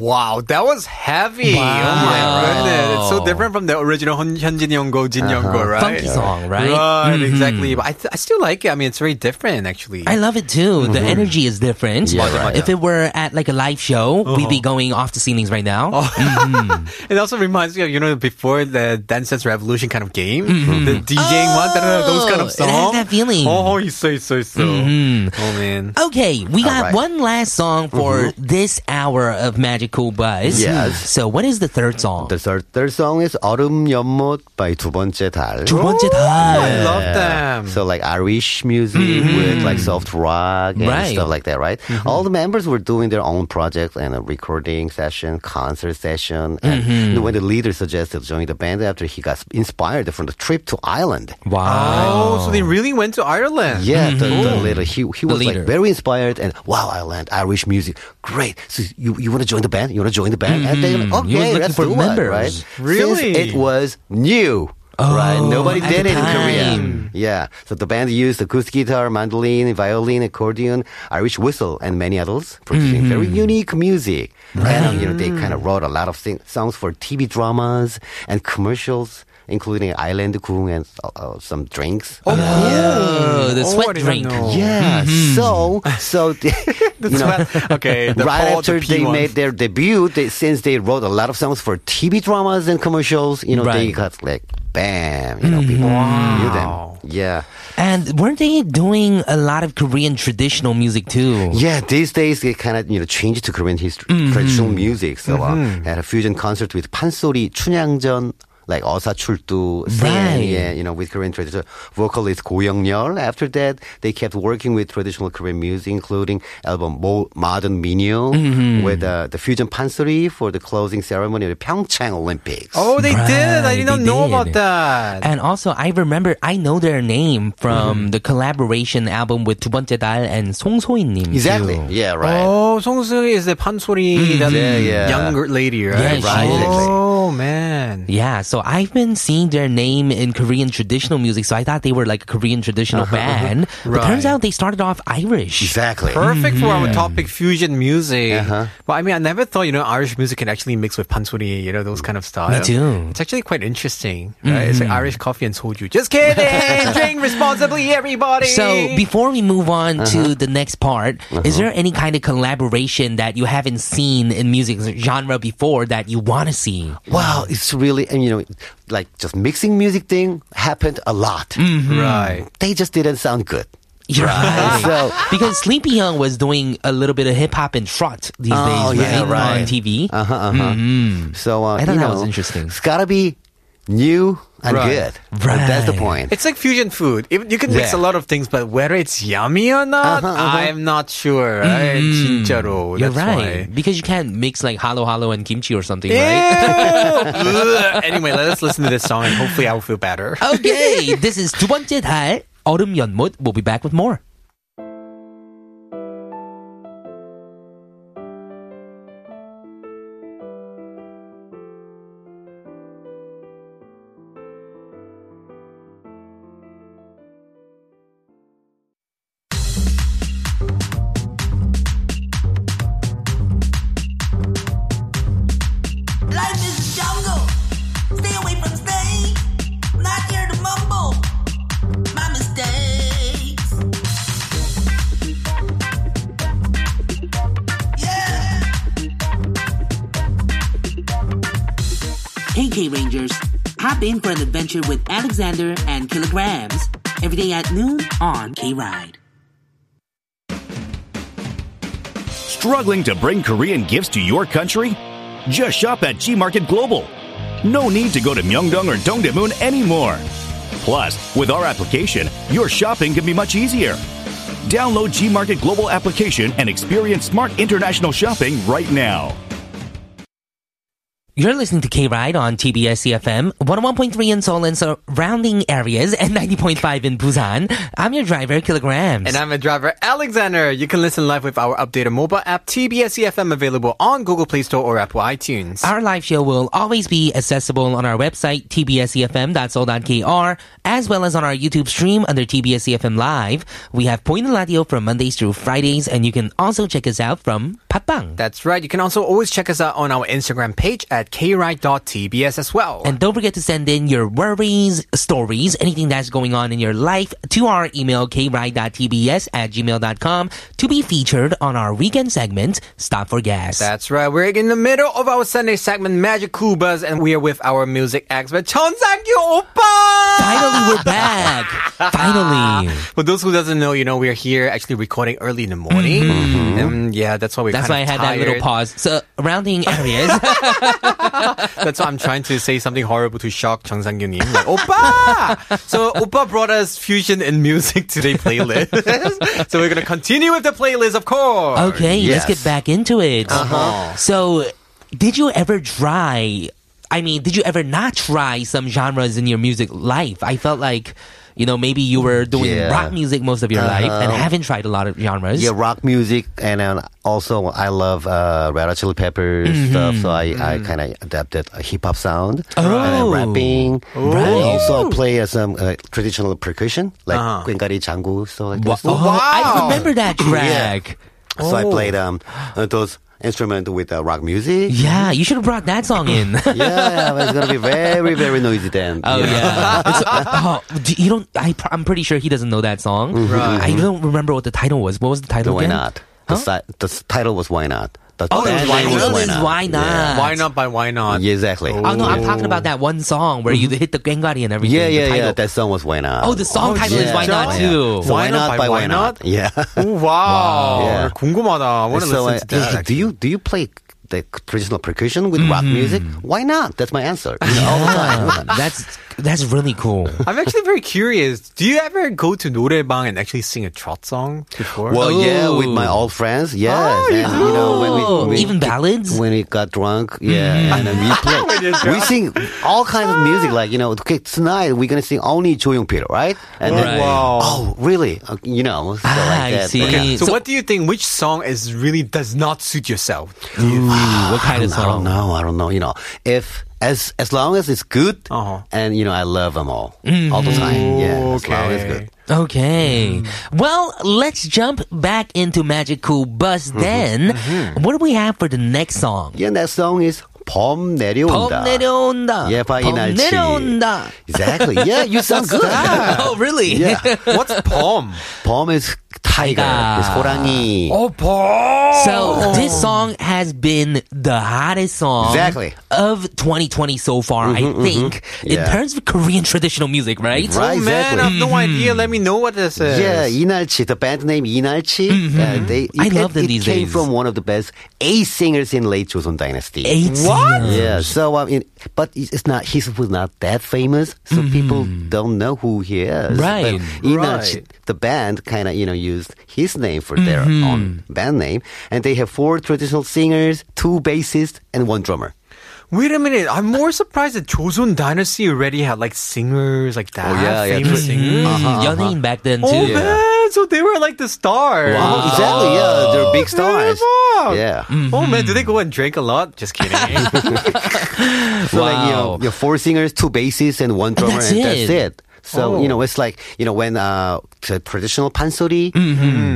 Speaker 2: Wow, that was heavy. Oh my goodness. It's so different from the original Hun- 현진 영, go, 진 영, go, right?
Speaker 1: Uh-huh. Funky song, right? Mm-hmm.
Speaker 2: Right, exactly. But I, th- I still like it. I mean, it's very different, actually.
Speaker 1: I love it too. The energy is different. If it were at like a live show, we'd
Speaker 4: Uh-huh.
Speaker 1: be going off the ceilings right now.
Speaker 4: Oh.
Speaker 2: It also reminds me of, you know, before the Dance Dance Revolution kind of game, the DJing one, da- da- da, those kind of
Speaker 1: Mm-hmm. Oh, it has
Speaker 2: songs.
Speaker 1: that feeling. Mm-hmm.
Speaker 2: Oh, you say so, so. Oh, man.
Speaker 1: Okay, we got
Speaker 4: right.
Speaker 1: one last song for
Speaker 4: Mm-hmm.
Speaker 1: this hour of Magical Buzz.
Speaker 4: Yes.
Speaker 1: So what is the third song?
Speaker 4: The third, third song is 얼음 연못 by 두 번째 달.
Speaker 1: 두 번째
Speaker 2: I
Speaker 1: 달.
Speaker 2: love them.
Speaker 4: So like Irish music with like soft rock and
Speaker 1: Mm-hmm. Right. Mm-hmm.
Speaker 4: stuff like that, right? All the members were doing their own projects and a recording session, concert session. And
Speaker 1: Mm-hmm.
Speaker 4: when the leader suggested joining the band after he got inspired from the trip to Ireland.
Speaker 1: Wow.
Speaker 2: oh, so they really went to Ireland.
Speaker 4: Yeah, the, the leader. He, he was
Speaker 1: Mm-hmm. leader.
Speaker 4: like very inspired and wow, Ireland, Irish music, great. So you, you want to join the band? You want to join the band? And they
Speaker 1: Mhm. You were
Speaker 4: okay,
Speaker 1: looking
Speaker 4: let's
Speaker 1: for
Speaker 4: do
Speaker 1: members. Oh,
Speaker 4: it, right?
Speaker 2: Really?
Speaker 4: Since it was new. right, nobody
Speaker 1: at
Speaker 4: did
Speaker 1: the
Speaker 4: it in
Speaker 1: time.
Speaker 4: Korea. Yeah, so the band used acoustic guitar, mandolin, violin, accordion, Irish whistle, and many others, producing
Speaker 1: Mm-hmm.
Speaker 4: very unique music. And um, you know, they
Speaker 1: Mm.
Speaker 4: kind of wrote a lot of thing- songs for TV dramas and commercials, including Island Kung and uh, uh, some drinks.
Speaker 2: Oh,
Speaker 1: Oh, the
Speaker 2: oh,
Speaker 1: sweat
Speaker 2: I didn't
Speaker 1: drink.
Speaker 2: know.
Speaker 4: Yeah. So so you know,
Speaker 2: okay. The
Speaker 4: right
Speaker 2: Paul,
Speaker 4: after
Speaker 2: the
Speaker 4: they
Speaker 2: P1.
Speaker 4: made their debut, they, since they wrote a lot of songs for TV dramas and commercials, you know, they
Speaker 1: Right.
Speaker 4: got like bam, you know, people knew them. Yeah.
Speaker 1: And weren't they doing a lot of Korean traditional music too?
Speaker 4: Yeah, these days they kind of you know changed to Korean history,
Speaker 2: Mm-hmm.
Speaker 4: traditional music. So uh, had a fusion concert with Pansori, Chunyangjeon, like Osachultu,
Speaker 1: Right.
Speaker 4: yeah, you know, with Korean traditional vocalist Go Young-yeol. After that, they kept working with traditional Korean music, including album Mo, Modern Minyo
Speaker 2: Mm-hmm.
Speaker 4: with uh, the fusion Pansori for the closing ceremony of the Pyeongchang Olympics.
Speaker 2: Oh, they did. I
Speaker 1: Right, they
Speaker 2: did not know
Speaker 1: did.
Speaker 2: about that.
Speaker 1: And also, I remember I know their name
Speaker 4: Mm-hmm.
Speaker 1: from the collaboration album with 두 번째 달 and 송소희님.
Speaker 4: exactly.
Speaker 1: too.
Speaker 4: Yeah, right. Mm,
Speaker 2: Oh, Song Soo is the pansori, that
Speaker 4: Yeah, yeah.
Speaker 2: younger lady,
Speaker 1: Yeah, she
Speaker 2: right?
Speaker 4: Right,
Speaker 1: is.
Speaker 4: exactly.
Speaker 2: Oh, man.
Speaker 1: Yeah, so I've been seeing their name in Korean traditional music, so I thought they were like a Korean traditional band. But turns
Speaker 2: Right.
Speaker 1: out they started off Irish.
Speaker 4: Uh-huh, Exactly.
Speaker 2: Perfect for
Speaker 4: Mm-hmm.
Speaker 2: our topic fusion music.
Speaker 4: Uh-huh.
Speaker 2: But I mean, I never thought you know Irish music can actually mix with pansori, you know those kind of style.
Speaker 1: Me too.
Speaker 2: It's actually quite interesting.
Speaker 4: Mm-hmm.
Speaker 2: Right? It's like Irish coffee and soju. Just kidding. Drink responsibly, everybody.
Speaker 1: So before we move on
Speaker 4: Uh-huh.
Speaker 1: to the next part, is there any kind of collaboration that you haven't seen in music genre before that you want to see?
Speaker 4: Wow, it's really and you know, like just mixing music thing happened a lot.
Speaker 2: Mm-hmm. right.
Speaker 4: they just didn't sound good.
Speaker 1: You're right.
Speaker 4: So-
Speaker 1: because Sleepy Young was doing a little bit of hip hop and trot these
Speaker 4: Oh,
Speaker 1: days,
Speaker 4: yeah,
Speaker 1: right?
Speaker 4: right.
Speaker 1: On TV.
Speaker 4: Uh huh. Uh huh. So uh,
Speaker 1: I thought
Speaker 4: you
Speaker 1: that
Speaker 4: know,
Speaker 1: was interesting.
Speaker 4: It's gotta be new and
Speaker 2: Right.
Speaker 4: good. That's the
Speaker 1: Right.
Speaker 4: point.
Speaker 2: It's like fusion food. Even- You can mix
Speaker 4: Yeah.
Speaker 2: a lot of things, but whether it's yummy or not,
Speaker 4: Uh-huh, uh-huh.
Speaker 2: I'm not sure. Right? 진짜로.
Speaker 1: You're
Speaker 2: That's
Speaker 1: right.
Speaker 2: why.
Speaker 1: Because you can't mix like halo halo and kimchi or something, right?
Speaker 2: Ew. anyway, let us listen to this song and hopefully I will feel better.
Speaker 1: Okay, this is 두 번째 달 얼음 연못. We'll be back with more.
Speaker 6: Life is a jungle. Stay away from snakes. Not here to mumble my mistakes. Yeah.
Speaker 7: Hey K Rangers, hop in for an adventure with Alexander and Kilograms every day at noon on K Ride.
Speaker 8: Struggling to bring Korean gifts to your country? Just shop at G Market Global. No need to go to Myeongdong or Dongdaemun anymore. Plus, with our application, your shopping can be much easier. Download Gmarket Global application and experience smart international shopping right now.
Speaker 1: You're listening to K Ride on TBS CFM, 101.3 in Seoul and surrounding areas, and 90.5 in Busan. I'm your driver, Kilograms.
Speaker 2: And I'm a driver, Alexander. You can listen live with our updated mobile app, TBS EFM, E available on Google Play Store or Apple iTunes.
Speaker 1: Our live show will always be accessible on our website, e tbscfm.soul.kr, as well as on our YouTube stream under TBSCFM E Live. We have Point Radio from Mondays through Fridays, and you can also check us out from Patbang.
Speaker 2: That's right. You can also always check us out on our Instagram page at kride.tbs as well.
Speaker 1: And don't forget to send in your worries, stories, anything that's going on in your life to our email, kride.tbs at gmail.com to be featured on our weekend segment, Stop for Gas.
Speaker 2: That's right. We're in the middle of our Sunday segment, Magic Kubas, and we are with our music expert, Chun Sang-kyu Oppa!
Speaker 1: Finally, we're back. Finally.
Speaker 2: For those who doesn't know, you know, we're here actually recording early in the morning. Mm-hmm. And yeah, that's why
Speaker 1: Mm-hmm.
Speaker 2: we're
Speaker 1: That's why I
Speaker 2: kind
Speaker 1: had
Speaker 2: of
Speaker 1: that little
Speaker 2: tired.
Speaker 1: pause. So, rounding areas.
Speaker 2: That's why I'm trying to say something horrible to shock Chung sang nim Like, Oppa! so, Oppa brought us fusion and music today playlist. so, we're going to continue with the playlist, of course.
Speaker 1: okay, let's
Speaker 4: Yes.
Speaker 1: get back into it.
Speaker 2: Uh-huh.
Speaker 1: So, did you ever try? I mean, did you ever not try some genres in your music life? I felt like, you know, maybe you were doing
Speaker 4: Yeah.
Speaker 1: rock music most of your life and haven't tried a lot of genres.
Speaker 4: Yeah, rock music, and then also I love uh, Red Hot Chili Peppers stuff. So I, I kind of adapted a hip hop sound and
Speaker 1: Mm-hmm. Mm.
Speaker 4: then
Speaker 1: Oh.
Speaker 4: rapping. And also I play uh, some uh, traditional percussion like Kwengari Jangu, so like
Speaker 1: Uh-huh. Wha-
Speaker 4: this.
Speaker 1: oh, I
Speaker 2: Wow.
Speaker 1: remember that track.
Speaker 4: So I played um uh, those instrument with uh, rock music.
Speaker 1: yeah. you should have brought that song in.
Speaker 4: yeah, but it's gonna be very very noisy then.
Speaker 1: Oh yeah, It's, uh, oh, do- you don't. I, pr- I'm pretty sure he doesn't know that song.
Speaker 2: Right.
Speaker 1: I don't remember what the title was. What was the title?
Speaker 4: Why
Speaker 1: again?
Speaker 4: not? The, si- the s- title was why not? The
Speaker 1: Oh, it was
Speaker 4: band
Speaker 1: why,
Speaker 4: name
Speaker 1: not? Why not?
Speaker 2: Why not by why not?
Speaker 4: Yeah, exactly.
Speaker 1: Oh no, I'm talking about that one song where you hit the gengari and everything.
Speaker 4: Mm-hmm. yeah,
Speaker 1: the
Speaker 4: yeah, yeah.
Speaker 1: title.
Speaker 4: That song was why not?
Speaker 1: Oh, the song
Speaker 2: Oh,
Speaker 1: title is
Speaker 2: yeah.
Speaker 1: Why Not
Speaker 2: Yeah.
Speaker 1: Too.
Speaker 4: So
Speaker 2: Why not by why not?
Speaker 4: Yeah.
Speaker 2: Oh, wow.
Speaker 4: Yeah.
Speaker 2: 궁금하다. I want to
Speaker 4: So,
Speaker 2: listen to
Speaker 4: uh,
Speaker 2: that.
Speaker 4: do you do you play the traditional percussion with rock
Speaker 1: Mm-hmm.
Speaker 4: music? Why not? That's my answer. You know, all the time.
Speaker 1: Um, that's that's really cool.
Speaker 2: I'm actually very curious. Do you ever go to 노래방 and actually sing a trot song before?
Speaker 4: Well, yeah, with
Speaker 1: Oh.
Speaker 4: my old friends, yes, and you know when we, when we
Speaker 1: Even ballads.
Speaker 4: when we got drunk, yeah,
Speaker 1: Mm-hmm.
Speaker 4: and then we play, we sing all kinds of music, like you know, okay, tonight we're gonna sing only Cho Young Peter, right? And then,
Speaker 1: Right.
Speaker 2: Wow.
Speaker 4: oh, really? Uh, you know, so
Speaker 1: Ah,
Speaker 4: like
Speaker 1: I
Speaker 4: that.
Speaker 1: see.
Speaker 4: Yeah.
Speaker 2: so,
Speaker 1: so-
Speaker 2: what do you think? Which song is really does not suit yourself?
Speaker 1: Ooh, what kind of
Speaker 4: I
Speaker 1: song?
Speaker 4: don't know. I don't know. You know, if as as long as it's good,
Speaker 2: Uh-huh.
Speaker 4: and you know, I love them all all the
Speaker 1: Mm-hmm.
Speaker 4: time. Yeah, as long as it's good.
Speaker 1: Okay. Well, let's jump back into Magic Cool Bus
Speaker 4: Mm-hmm.
Speaker 1: then. What do we have for the next song?
Speaker 4: Yeah, that song is
Speaker 1: 봄
Speaker 4: 봄 내려온다.
Speaker 1: 내려온다.
Speaker 4: Yeah, by
Speaker 1: 봄
Speaker 4: Inalchi.
Speaker 1: 내려온다.
Speaker 4: Exactly. Yeah, you sound good.
Speaker 1: Oh, really?
Speaker 4: Yeah.
Speaker 2: What's POM?
Speaker 4: 봄 is tiger.
Speaker 1: Tiger.
Speaker 4: It's 호랑이.
Speaker 2: Oh, POM!
Speaker 1: So
Speaker 4: Oh.
Speaker 1: this song has been the hottest song
Speaker 4: Exactly. Mm-hmm,
Speaker 1: of 2020 so far, I think, in
Speaker 4: Yeah.
Speaker 1: terms of Korean traditional music, right?
Speaker 4: Right,
Speaker 2: Oh, man, I
Speaker 4: exactly.
Speaker 2: have no idea. Let me know what this is.
Speaker 4: Yeah, Inalchi, the band name Inalchi. Uh, they,
Speaker 1: Mm-hmm. I
Speaker 4: it-
Speaker 1: love them
Speaker 4: it,
Speaker 1: these
Speaker 4: It came
Speaker 1: days.
Speaker 4: from one of the best eight singers in late Joseon Dynasty.
Speaker 1: Eight singers.
Speaker 4: Yeah, so I mean, but it's not. He was not that famous, so people don't know who he is.
Speaker 1: Mm-hmm. Right.
Speaker 4: But Inalchi,
Speaker 2: Right.
Speaker 4: the band kind of you know used his name for their
Speaker 1: Mm-hmm.
Speaker 4: own band name, and they have four traditional singers, two bassists, and one drummer.
Speaker 2: Wait a minute. I'm more surprised that Joseon Dynasty already had like singers like that.
Speaker 4: Oh, yeah, Mm-hmm. yeah.
Speaker 2: famous singers.
Speaker 4: Uh-huh,
Speaker 1: Yeonhae Mm, back then too.
Speaker 2: Oh, man. So they were like the stars.
Speaker 4: Oh, exactly. Yeah, they're big stars.
Speaker 2: Wow.
Speaker 4: Yeah.
Speaker 2: Oh,
Speaker 4: Mm-hmm.
Speaker 2: man. Do they go and drink a lot? Just kidding.
Speaker 4: So like you know,
Speaker 1: Wow.
Speaker 4: you have four singers, two bassists, and one drummer,
Speaker 1: that's
Speaker 4: and
Speaker 1: it.
Speaker 4: that's it. So
Speaker 2: Oh.
Speaker 4: you know, it's like you know when uh, the traditional pansori,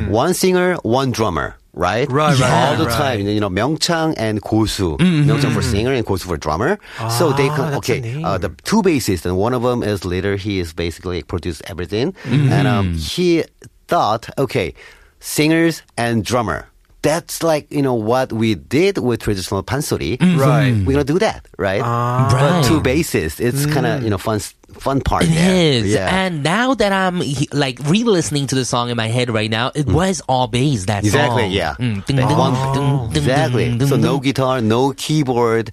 Speaker 4: one singer, one drummer. Right,
Speaker 2: Mm-hmm. Right, right,
Speaker 4: all the
Speaker 2: right. Mm-hmm.
Speaker 4: time. You know, Myeongchang and Gosu, Myeongchang for singer and Gosu for drummer. so they come.
Speaker 2: Ah, that's a
Speaker 4: Okay, uh, the two bassists and one of them is later. He is basically produced
Speaker 2: Mm-hmm.
Speaker 4: everything, and um, he thought, okay, singers and drummer. that's like you know what we did with traditional pansori.
Speaker 2: Mm-hmm. Right.
Speaker 4: We're gonna do that, right?
Speaker 1: Ah. Right. Mm.
Speaker 4: But two bases. It's kind of you know fun fun part.
Speaker 1: It
Speaker 4: there.
Speaker 1: is.
Speaker 4: Yeah.
Speaker 1: And now that I'm he- like re-listening to the song in my head right now, it was all bass. That
Speaker 4: Mm. Exactly,
Speaker 1: song.
Speaker 4: yeah.
Speaker 1: Mm. Ding,
Speaker 4: That
Speaker 1: ding,
Speaker 4: one-
Speaker 1: ding, ding,
Speaker 4: exactly.
Speaker 1: ding, ding,
Speaker 4: so no
Speaker 1: ding.
Speaker 4: guitar, no keyboard,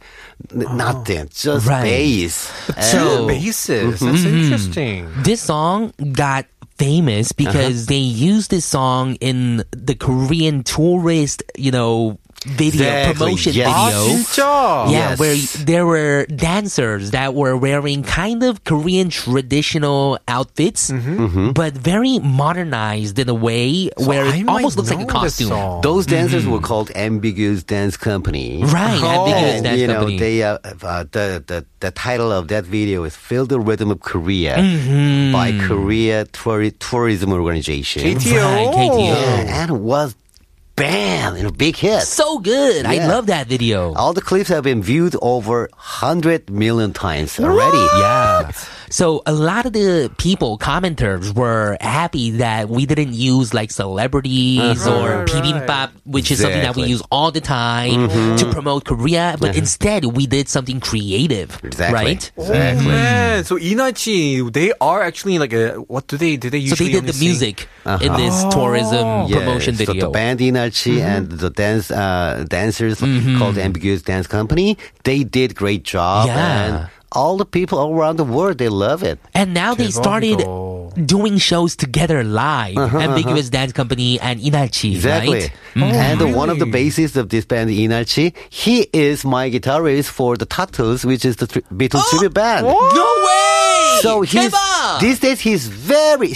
Speaker 4: n- nothing.
Speaker 1: Oh.
Speaker 4: Just
Speaker 1: Right.
Speaker 4: bass. Oh.
Speaker 1: So-
Speaker 2: Bases. That's
Speaker 4: Mm-hmm.
Speaker 2: interesting.
Speaker 1: This song got famous
Speaker 2: Uh-huh.
Speaker 1: because they used this song in the Korean tourist, you know, video
Speaker 4: Exactly,
Speaker 1: promotion
Speaker 4: yes.
Speaker 1: video.
Speaker 4: Oh,
Speaker 2: 진짜?
Speaker 1: Yeah,
Speaker 4: Yes.
Speaker 1: where there were dancers that were wearing kind of Korean traditional outfits,
Speaker 2: Mm-hmm.
Speaker 1: but very modernized in a way where it
Speaker 2: I might
Speaker 1: almost looks like a
Speaker 2: know this
Speaker 1: costume.
Speaker 2: song.
Speaker 4: Those dancers were called Ambiguous Dance Company.
Speaker 1: Mm-hmm. Right,
Speaker 2: Oh.
Speaker 1: ambiguous
Speaker 4: And,
Speaker 1: dance
Speaker 4: you know,
Speaker 1: company.
Speaker 4: they uh, uh, the, the the title of that video is "Feel the Rhythm of Korea"
Speaker 1: Mm-hmm.
Speaker 4: by Korea Tour- Tourism Organization.
Speaker 2: KTO.
Speaker 1: Right, KTO.
Speaker 4: Yeah, and it was bam, you know, big hit.
Speaker 1: so good. I
Speaker 4: Yeah.
Speaker 1: love that video.
Speaker 4: All the clips have been viewed over hundred million times already.
Speaker 1: Yeah. So a lot of the people, commenters, were happy that we didn't use like celebrities or
Speaker 2: Right,
Speaker 1: bibimbap, which is something that we
Speaker 4: Exactly.
Speaker 1: use all the time to promote Korea. But instead, we did something creative,
Speaker 4: Exactly.
Speaker 1: right?
Speaker 4: Exactly.
Speaker 2: Man, so Inachi, they are actually like a what do they do? They
Speaker 1: So
Speaker 2: usually
Speaker 1: they did
Speaker 2: only
Speaker 1: the
Speaker 2: sing-
Speaker 1: music in this tourism promotion
Speaker 4: Oh. so
Speaker 1: video. Mm-hmm.
Speaker 4: the band Inachi and the dance uh, dancers called Ambiguous Dance Company, they did great job.
Speaker 1: Yeah.
Speaker 4: And all the people all around the world, they love it.
Speaker 1: and now they started doing shows together live. Ambiguous Dance Company and Inachi,
Speaker 4: Exactly.
Speaker 1: right?
Speaker 4: and
Speaker 1: Oh,
Speaker 4: one of the bassists of this band, Inachi, he is my guitarist for the Tatus, which is the tri- Beatles
Speaker 1: Oh,
Speaker 4: tribute band.
Speaker 1: No way!
Speaker 4: So he's
Speaker 1: Keba!
Speaker 4: these days he's very,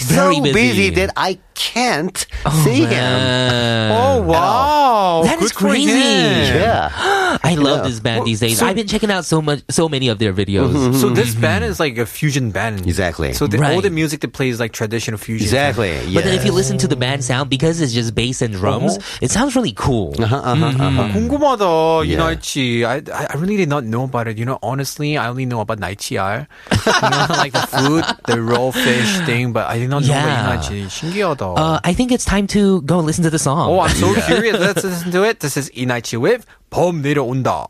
Speaker 1: Very
Speaker 4: so
Speaker 1: busy. Oh,
Speaker 4: busy. that I can't see him.
Speaker 1: Man.
Speaker 2: Oh wow,
Speaker 1: Uh, That is
Speaker 2: Good for
Speaker 1: crazy.
Speaker 2: him.
Speaker 4: Yeah.
Speaker 1: I love this band these days.
Speaker 2: so-
Speaker 1: I've been checking out so much, so many of their videos.
Speaker 2: So this band is like a fusion band.
Speaker 4: Exactly.
Speaker 2: So the, all
Speaker 1: Mm-hmm. Right.
Speaker 2: the music they play is like traditional fusion.
Speaker 4: Exactly. Yeah. Oh.
Speaker 1: But then if you listen to the band sound, because it's just bass and drums, it sounds really cool.
Speaker 4: Uh-huh. Mm-hmm.
Speaker 1: uh-huh.
Speaker 2: 궁금하다,
Speaker 4: Yeah.
Speaker 2: Inachi. I, I I really did not know about it. You know, honestly, I only know about Naichiar. you know, like the food, the raw fish thing, but I did not know
Speaker 1: Yeah.
Speaker 2: about Inachi. 신기하다.
Speaker 1: Uh, I think it's time to go listen to the song.
Speaker 2: oh, I'm so curious. Let's listen to it. This is Inachi with 범 내려온다.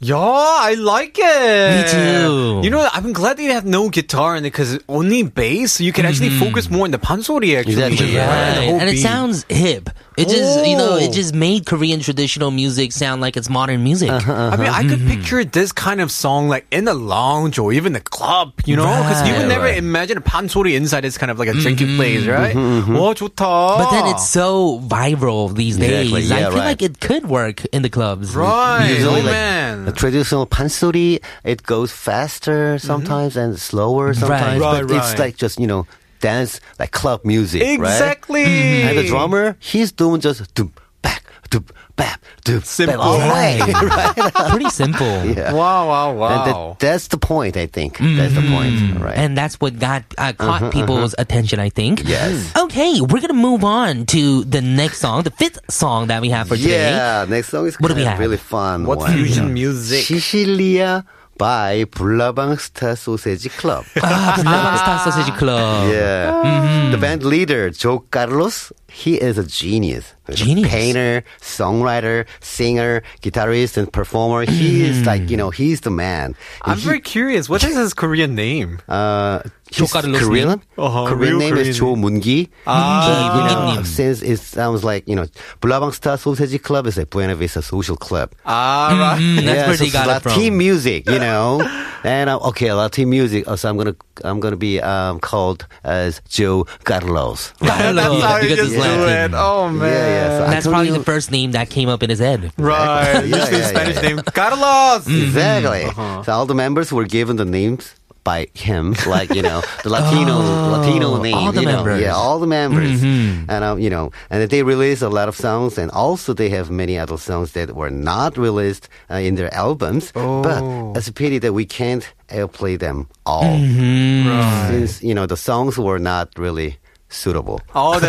Speaker 2: Yeah, I like it.
Speaker 1: Me too.
Speaker 2: You know, I'm glad that you have no guitar in it because only bass, so you can actually focus more on the pansori actually.
Speaker 4: Exactly.
Speaker 1: Right.
Speaker 2: right? The whole
Speaker 1: Mm-hmm. And it
Speaker 2: beat.
Speaker 1: sounds hip. It just, you know,
Speaker 2: Oh.
Speaker 1: it just made Korean traditional music sound like it's modern music.
Speaker 4: Uh-huh.
Speaker 2: I mean, I could
Speaker 4: Mm-hmm.
Speaker 2: picture this kind of song like in a lounge or even a club, you know? Because you
Speaker 1: Right.
Speaker 2: would never imagine a pansori inside is kind of like a
Speaker 4: Mm-hmm,
Speaker 2: drinking place, right? 와, 좋다.
Speaker 1: But then it's so viral these days.
Speaker 4: Oh. Exactly.
Speaker 1: I
Speaker 4: Yeah,
Speaker 1: feel
Speaker 4: right.
Speaker 1: like it could work in the clubs.
Speaker 2: right.
Speaker 4: Usually,
Speaker 2: Oh
Speaker 4: like,
Speaker 2: man.
Speaker 4: The traditional pansori, it goes faster sometimes and slower
Speaker 1: Mm-hmm.
Speaker 4: sometimes.
Speaker 1: Right,
Speaker 4: but
Speaker 2: right.
Speaker 4: it's like just, you know, dance, like club music, right? Mm-hmm,
Speaker 2: Exactly.
Speaker 4: And the drummer, he's doing just doom, back, doom, bap, doom,
Speaker 2: Simple.
Speaker 4: bap, all the way.
Speaker 1: Pretty simple.
Speaker 4: Yeah.
Speaker 2: Wow, wow,
Speaker 4: And that-
Speaker 2: wow.
Speaker 4: that's the point, I think. That's the point, right?
Speaker 1: Mm-hmm. And that's what got uh, caught people's attention, I think.
Speaker 4: Uh-huh, Yes.
Speaker 1: Okay, we're gonna move on to the next song, the fifth song that we have for today.
Speaker 4: Yeah, next song is
Speaker 1: What do we
Speaker 4: kind of
Speaker 1: have?
Speaker 4: really fun.
Speaker 2: What
Speaker 4: one.
Speaker 2: fusion music?
Speaker 4: Sicilia by Bulabang Star Sausage Club.
Speaker 1: Ah, the Love and Star Sausage Club.
Speaker 4: Yeah.
Speaker 1: Mm-hmm.
Speaker 4: The band leader, Joe Carlos, he is a genius. He's a
Speaker 1: Genius.
Speaker 4: painter, songwriter, singer, guitarist, and performer. He
Speaker 1: Mm.
Speaker 4: is like, you know, he's the man.
Speaker 2: I'm
Speaker 4: He-
Speaker 2: very curious. What is his Korean name?
Speaker 4: uh,
Speaker 1: Joe
Speaker 4: his
Speaker 1: Carlos
Speaker 4: Korean,
Speaker 2: Uh-huh, real
Speaker 4: Korean name
Speaker 2: Korean
Speaker 4: is Joe Mungi.
Speaker 1: Ah.
Speaker 4: But, you know,
Speaker 1: Mungi.
Speaker 4: since it sounds like, you know, Bulabang Star Sausage Club is a Buena Vista social club.
Speaker 2: Ah, right.
Speaker 1: Mm, that's
Speaker 4: Yeah,
Speaker 1: where
Speaker 4: so
Speaker 1: they got it
Speaker 4: Latin
Speaker 1: from.
Speaker 4: music, you know. and uh, okay, Latin music. uh, So I'm gonna I'm gonna be um, called as Joe Carlos.
Speaker 1: Carlo,
Speaker 2: That's how you
Speaker 1: because
Speaker 2: just
Speaker 1: it's
Speaker 2: do
Speaker 1: Latin.
Speaker 2: it. Oh, man.
Speaker 4: Yeah, yeah. So I
Speaker 1: That's
Speaker 4: told
Speaker 1: probably
Speaker 4: you-
Speaker 1: the first name that came up in his head.
Speaker 2: Right.
Speaker 4: Yeah,
Speaker 2: Usually
Speaker 4: yeah,
Speaker 2: Spanish
Speaker 4: yeah.
Speaker 2: name, Carlos.
Speaker 4: Exactly.
Speaker 1: Mm-hmm. Uh-huh.
Speaker 4: So all the members were given the names by him, like you know, the Latino Latino name.
Speaker 1: Oh, all the
Speaker 4: you know.
Speaker 1: members. Mm-hmm.
Speaker 4: Yeah, all the members. And um, you know, and they released a lot of songs, and also they have many other songs that were not released uh, in their albums.
Speaker 1: Oh.
Speaker 4: But it's a pity that we
Speaker 1: Mm-hmm.
Speaker 4: can't airplay them all, since you know the songs were not really suitable.
Speaker 2: Oh, the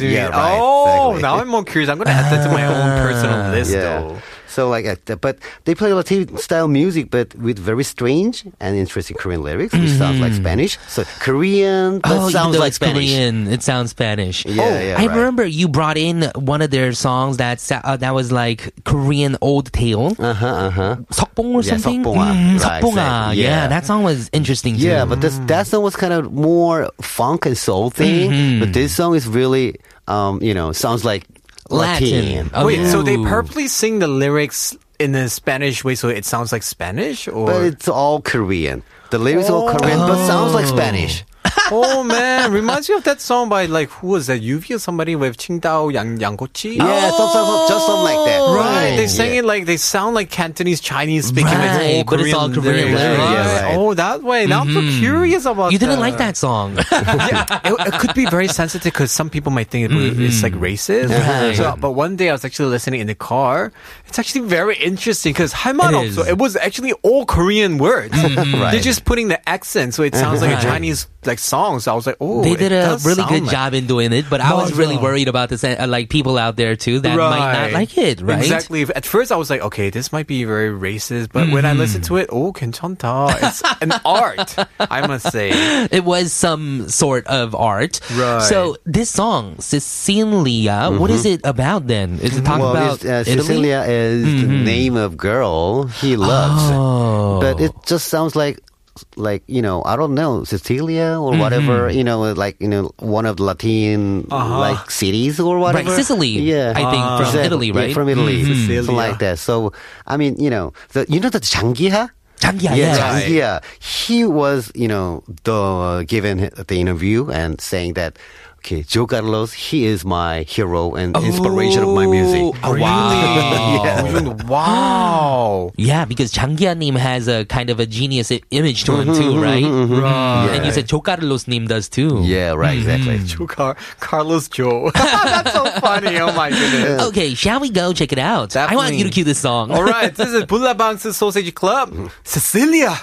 Speaker 2: you
Speaker 4: Yeah,
Speaker 2: mean.
Speaker 4: right,
Speaker 2: oh,
Speaker 4: exactly.
Speaker 2: now I'm more curious. I'm gonna add that to my
Speaker 1: Ah.
Speaker 2: own personal list, though.
Speaker 4: So like, uh, th- but they play Latin style music, but with very strange and interesting Korean lyrics, which sounds like Spanish. So Korean, but
Speaker 1: even
Speaker 4: sounds
Speaker 1: though Oh,
Speaker 4: like
Speaker 1: it's
Speaker 4: Spanish.
Speaker 1: Korean. It sounds Spanish.
Speaker 4: Yeah,
Speaker 1: oh,
Speaker 4: yeah,
Speaker 1: I
Speaker 4: right.
Speaker 1: remember you brought in one of their songs that sa- uh, that was like Korean old tale,
Speaker 4: Uh huh. Uh huh.
Speaker 1: Sokbong or
Speaker 4: Yeah,
Speaker 1: something.
Speaker 4: Seokbonga.
Speaker 1: Mm,
Speaker 4: Right,
Speaker 1: Seokbonga.
Speaker 4: exactly.
Speaker 1: Yeah.
Speaker 4: Yeah.
Speaker 1: that song was interesting too.
Speaker 4: Yeah, but this, that song was kind of more funk and soul thing. But this song is really, um, you know, sounds like Latin.
Speaker 1: Latin. Oh,
Speaker 2: Wait,
Speaker 1: yeah.
Speaker 2: so they
Speaker 1: Ooh.
Speaker 2: purposely sing the lyrics in a Spanish way, so it sounds like Spanish,
Speaker 4: But
Speaker 2: or
Speaker 4: it's all Korean. The lyrics are all Korean, but sounds like Spanish.
Speaker 2: oh man, reminds me of that song by like who was that? Yuvi or somebody with Qingdao Yang Yanggochi.
Speaker 4: Yeah, some, some, some, just something like that.
Speaker 2: Oh, Right, they sang
Speaker 4: Yeah.
Speaker 2: it like they sound like Cantonese Chinese speaking.
Speaker 1: Right,
Speaker 2: with
Speaker 1: but it's all Korean
Speaker 4: lyrics. Yeah, right.
Speaker 2: Oh, that way. Now I'm so curious about.
Speaker 1: Mm-hmm. you didn't like that song.
Speaker 2: yeah, it, it could be very sensitive because some people might think it, it's like racist.
Speaker 1: Mm-hmm. Right.
Speaker 2: So, but one day I was actually listening in the car. It's actually very interesting because
Speaker 1: It is. Mm-hmm.
Speaker 2: so it was actually all Korean words. They're just putting the accent, so it sounds like a
Speaker 1: Uh-huh. Right.
Speaker 2: Chinese like song. So I was like, oh,
Speaker 1: they
Speaker 2: it
Speaker 1: did a
Speaker 2: does
Speaker 1: really
Speaker 2: sound
Speaker 1: good
Speaker 2: like-
Speaker 1: job in doing it, but I was really worried about this, uh, like people out there too that might not like it, right?
Speaker 2: Exactly. At first, I was like, okay, this might be very racist, but when I listened
Speaker 1: Mm-hmm.
Speaker 2: to it, oh, 괜찮다. It's an art, I must say.
Speaker 1: It was some sort of art.
Speaker 2: Right.
Speaker 1: So this song, Sicilia, what is it about then? Is it talk
Speaker 4: well,
Speaker 1: about
Speaker 4: it's, uh,
Speaker 1: Italy? Mm-hmm.
Speaker 4: Cecilia is the name of girl he loves,
Speaker 1: Oh.
Speaker 4: but it just sounds like like you know I don't know Cecilia
Speaker 1: Mm-hmm.
Speaker 4: or whatever you know like you know one of Latin like cities or
Speaker 1: Right,
Speaker 4: whatever.
Speaker 1: Sicily.
Speaker 4: Yeah,
Speaker 1: I think from
Speaker 4: Exactly.
Speaker 1: Italy,
Speaker 4: Yeah,
Speaker 1: right? Mm-hmm.
Speaker 4: from Italy,
Speaker 2: Sicilia.
Speaker 4: something like that. So I mean, you know, the, you know the Changiha.
Speaker 1: Changia,
Speaker 4: yeah,
Speaker 1: yeah.
Speaker 4: Zhang He, uh, he was, you know, the given the interview and saying that, okay, Joe Carlos, he is my hero and inspiration of my music.
Speaker 1: Oh, wow.
Speaker 4: Yeah.
Speaker 2: Wow.
Speaker 1: Yeah, because Changia Nim has a kind of a genius i- image to him too, right?
Speaker 2: Right.
Speaker 1: And you said Cho Carlos Nim does too.
Speaker 4: Yeah, right,
Speaker 1: Hmm.
Speaker 4: exactly.
Speaker 2: Joe Car- Carlos Joe. That's so funny. Oh my goodness.
Speaker 1: Okay, shall we go check it out? I want
Speaker 2: Definitely.
Speaker 1: you to cue this song.
Speaker 2: All right, this is Bula Bounce's Sausage Club. Cecilia.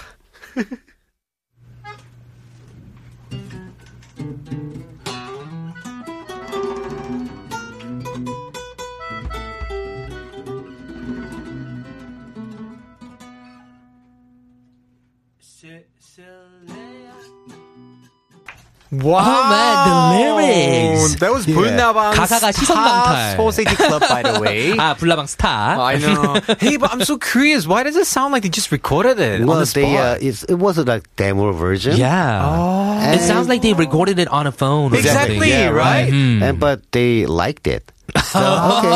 Speaker 2: Wow.
Speaker 1: Oh, man, the lyrics.
Speaker 2: That was
Speaker 4: Yeah.
Speaker 2: Bula Bounce's
Speaker 1: 가사가 시선방탈.
Speaker 2: Sausage Club, by the way.
Speaker 1: Ah, Bulabang Star.
Speaker 2: Oh, I know. hey, but I'm so curious. Why does it sound like they just recorded it on
Speaker 4: Well,
Speaker 2: the spot?
Speaker 4: they, uh, it's, it was like demo version.
Speaker 1: Yeah.
Speaker 4: and,
Speaker 1: It sounds like Hmm. they recorded it on a phone. or
Speaker 2: Exactly,
Speaker 1: something.
Speaker 4: Yeah, Mm-hmm.
Speaker 2: right?
Speaker 4: And but they liked it. So
Speaker 1: Oh.
Speaker 4: okay,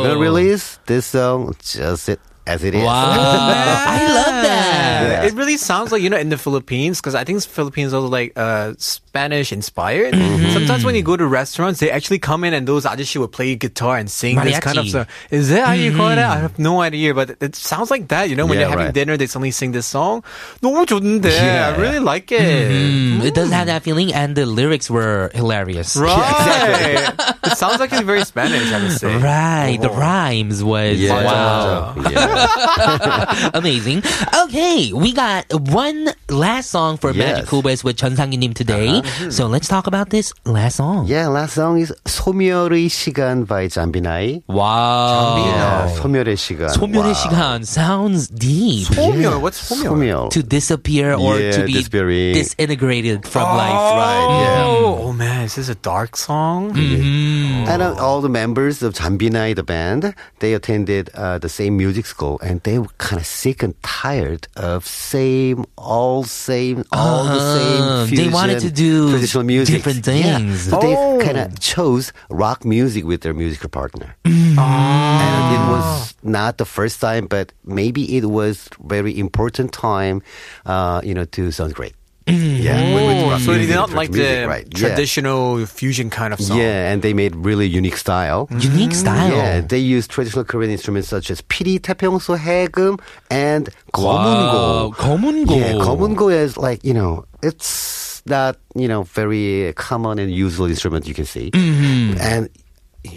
Speaker 4: we're gonna release this song just it, as it is.
Speaker 1: Wow. I love that.
Speaker 4: Yeah.
Speaker 2: It really sounds like you know in the Philippines because I think Philippines are like uh, Spanish inspired.
Speaker 4: Mm-hmm.
Speaker 2: Sometimes when you go to restaurants, they actually come in and those ajashi will play guitar and sing this kind of
Speaker 1: Mariachi. Mm-hmm.
Speaker 2: song. Is that how you call it? I have no idea, but it sounds like that. You know, when
Speaker 4: Yeah,
Speaker 2: you're having
Speaker 4: right.
Speaker 2: dinner, they suddenly sing this song. No, 좋은데. I
Speaker 4: Yeah.
Speaker 2: really like it.
Speaker 1: Mm, it does have that feeling, and the lyrics were hilarious.
Speaker 2: Right. it sounds like it's very Spanish. I would say. Oh.
Speaker 1: Right, the rhymes was
Speaker 4: Yeah.
Speaker 1: wow,
Speaker 4: Yeah.
Speaker 1: amazing. Okay, we got one last song for Magic
Speaker 4: Yes. Uh-huh.
Speaker 1: Kubas with Chun Sang-inim today. So let's talk about this last song.
Speaker 4: yeah, last song is 소멸의 시간 by 잠비나이.
Speaker 1: Wow,
Speaker 4: 야, 소멸의
Speaker 1: 아.
Speaker 4: 시간.
Speaker 1: 소멸의 시간 sounds deep.
Speaker 2: 소멸. What's 소멸?
Speaker 4: 소멸.
Speaker 1: to disappear or
Speaker 4: Yeah, Ah.
Speaker 1: to be
Speaker 4: disappearing.
Speaker 1: disintegrated from life.
Speaker 4: right, yeah. Mm-hmm.
Speaker 2: Oh, oh man, is this a dark song?
Speaker 1: Mm-hmm.
Speaker 4: And uh, all the members of Jambinai, the band, they attended uh, the same music school, and they were kind of sick and tired of same, all same, all
Speaker 1: Uh-huh.
Speaker 4: the same.
Speaker 1: They
Speaker 4: Fusion,
Speaker 1: wanted to do
Speaker 4: traditional music,
Speaker 1: different
Speaker 4: Yeah.
Speaker 1: things.
Speaker 4: So
Speaker 2: Oh.
Speaker 4: they kind of chose rock music with their musical partner,
Speaker 1: Mm-hmm.
Speaker 4: and it
Speaker 2: Oh.
Speaker 4: was not the first time, but maybe it was very important time, uh, you know, to sound great.
Speaker 1: Mm-hmm.
Speaker 4: Yeah, with- with rock
Speaker 2: so they
Speaker 4: music,
Speaker 2: did not
Speaker 4: with
Speaker 2: like
Speaker 4: music,
Speaker 2: the
Speaker 4: right. Yeah.
Speaker 2: traditional fusion kind of song.
Speaker 4: Yeah, and they made really unique style.
Speaker 1: Unique style.
Speaker 4: Yeah, they used traditional Korean instruments such as 피리, 태평소, 해금, and 거문고.
Speaker 1: 검은고.
Speaker 4: Yeah, 거문고 is like you know it's not you know very common and usual instrument you can see,
Speaker 1: Mm-hmm.
Speaker 4: and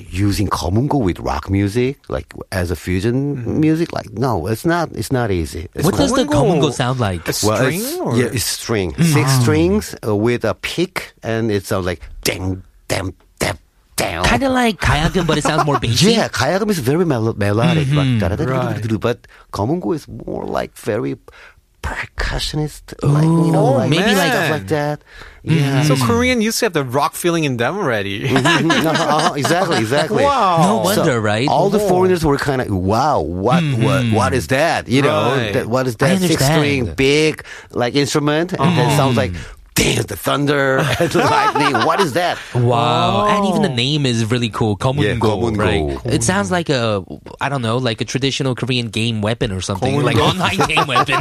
Speaker 4: using 거문고 with rock music like as a fusion music like no it's not it's not easy.
Speaker 1: Mm-hmm.
Speaker 4: It's
Speaker 1: What
Speaker 4: not.
Speaker 1: does the
Speaker 2: 검은고.
Speaker 1: 검은고 sound like?
Speaker 2: A string?
Speaker 4: it's,
Speaker 2: or?
Speaker 4: Yeah, it's string. Six strings uh, with a pick, and it sounds like dang, damn, damn, damn.
Speaker 1: Kind of like Kayagum, but it sounds more bassy.
Speaker 4: Yeah, Kayagum is very mel- melodic, like, right. but Komungo is more like very percussionist, like you know,
Speaker 1: Ooh,
Speaker 4: like,
Speaker 1: maybe like-
Speaker 4: stuff like that. Yeah,
Speaker 2: So Korean used to have the rock feeling in them already.
Speaker 4: Mhm. Uh-huh, exactly, exactly.
Speaker 2: Wow.
Speaker 1: No wonder, right?
Speaker 4: All the
Speaker 1: Oh.
Speaker 4: foreigners were kind of wow, what, what, what is that? You know,
Speaker 2: Right.
Speaker 4: that, what is
Speaker 1: I
Speaker 4: that six string
Speaker 1: understand.
Speaker 4: big like instrument? And then sounds like,
Speaker 2: Uh-huh.
Speaker 4: damn, the thunder and the lightning. What is that?
Speaker 1: Wow. And
Speaker 4: Oh.
Speaker 1: even the name is really cool. Komungo,
Speaker 4: Yeah, Komungo.
Speaker 1: right? It sounds like a, I don't know, like a traditional Korean game weapon or something.
Speaker 2: Komungo.
Speaker 1: Like online game weapon.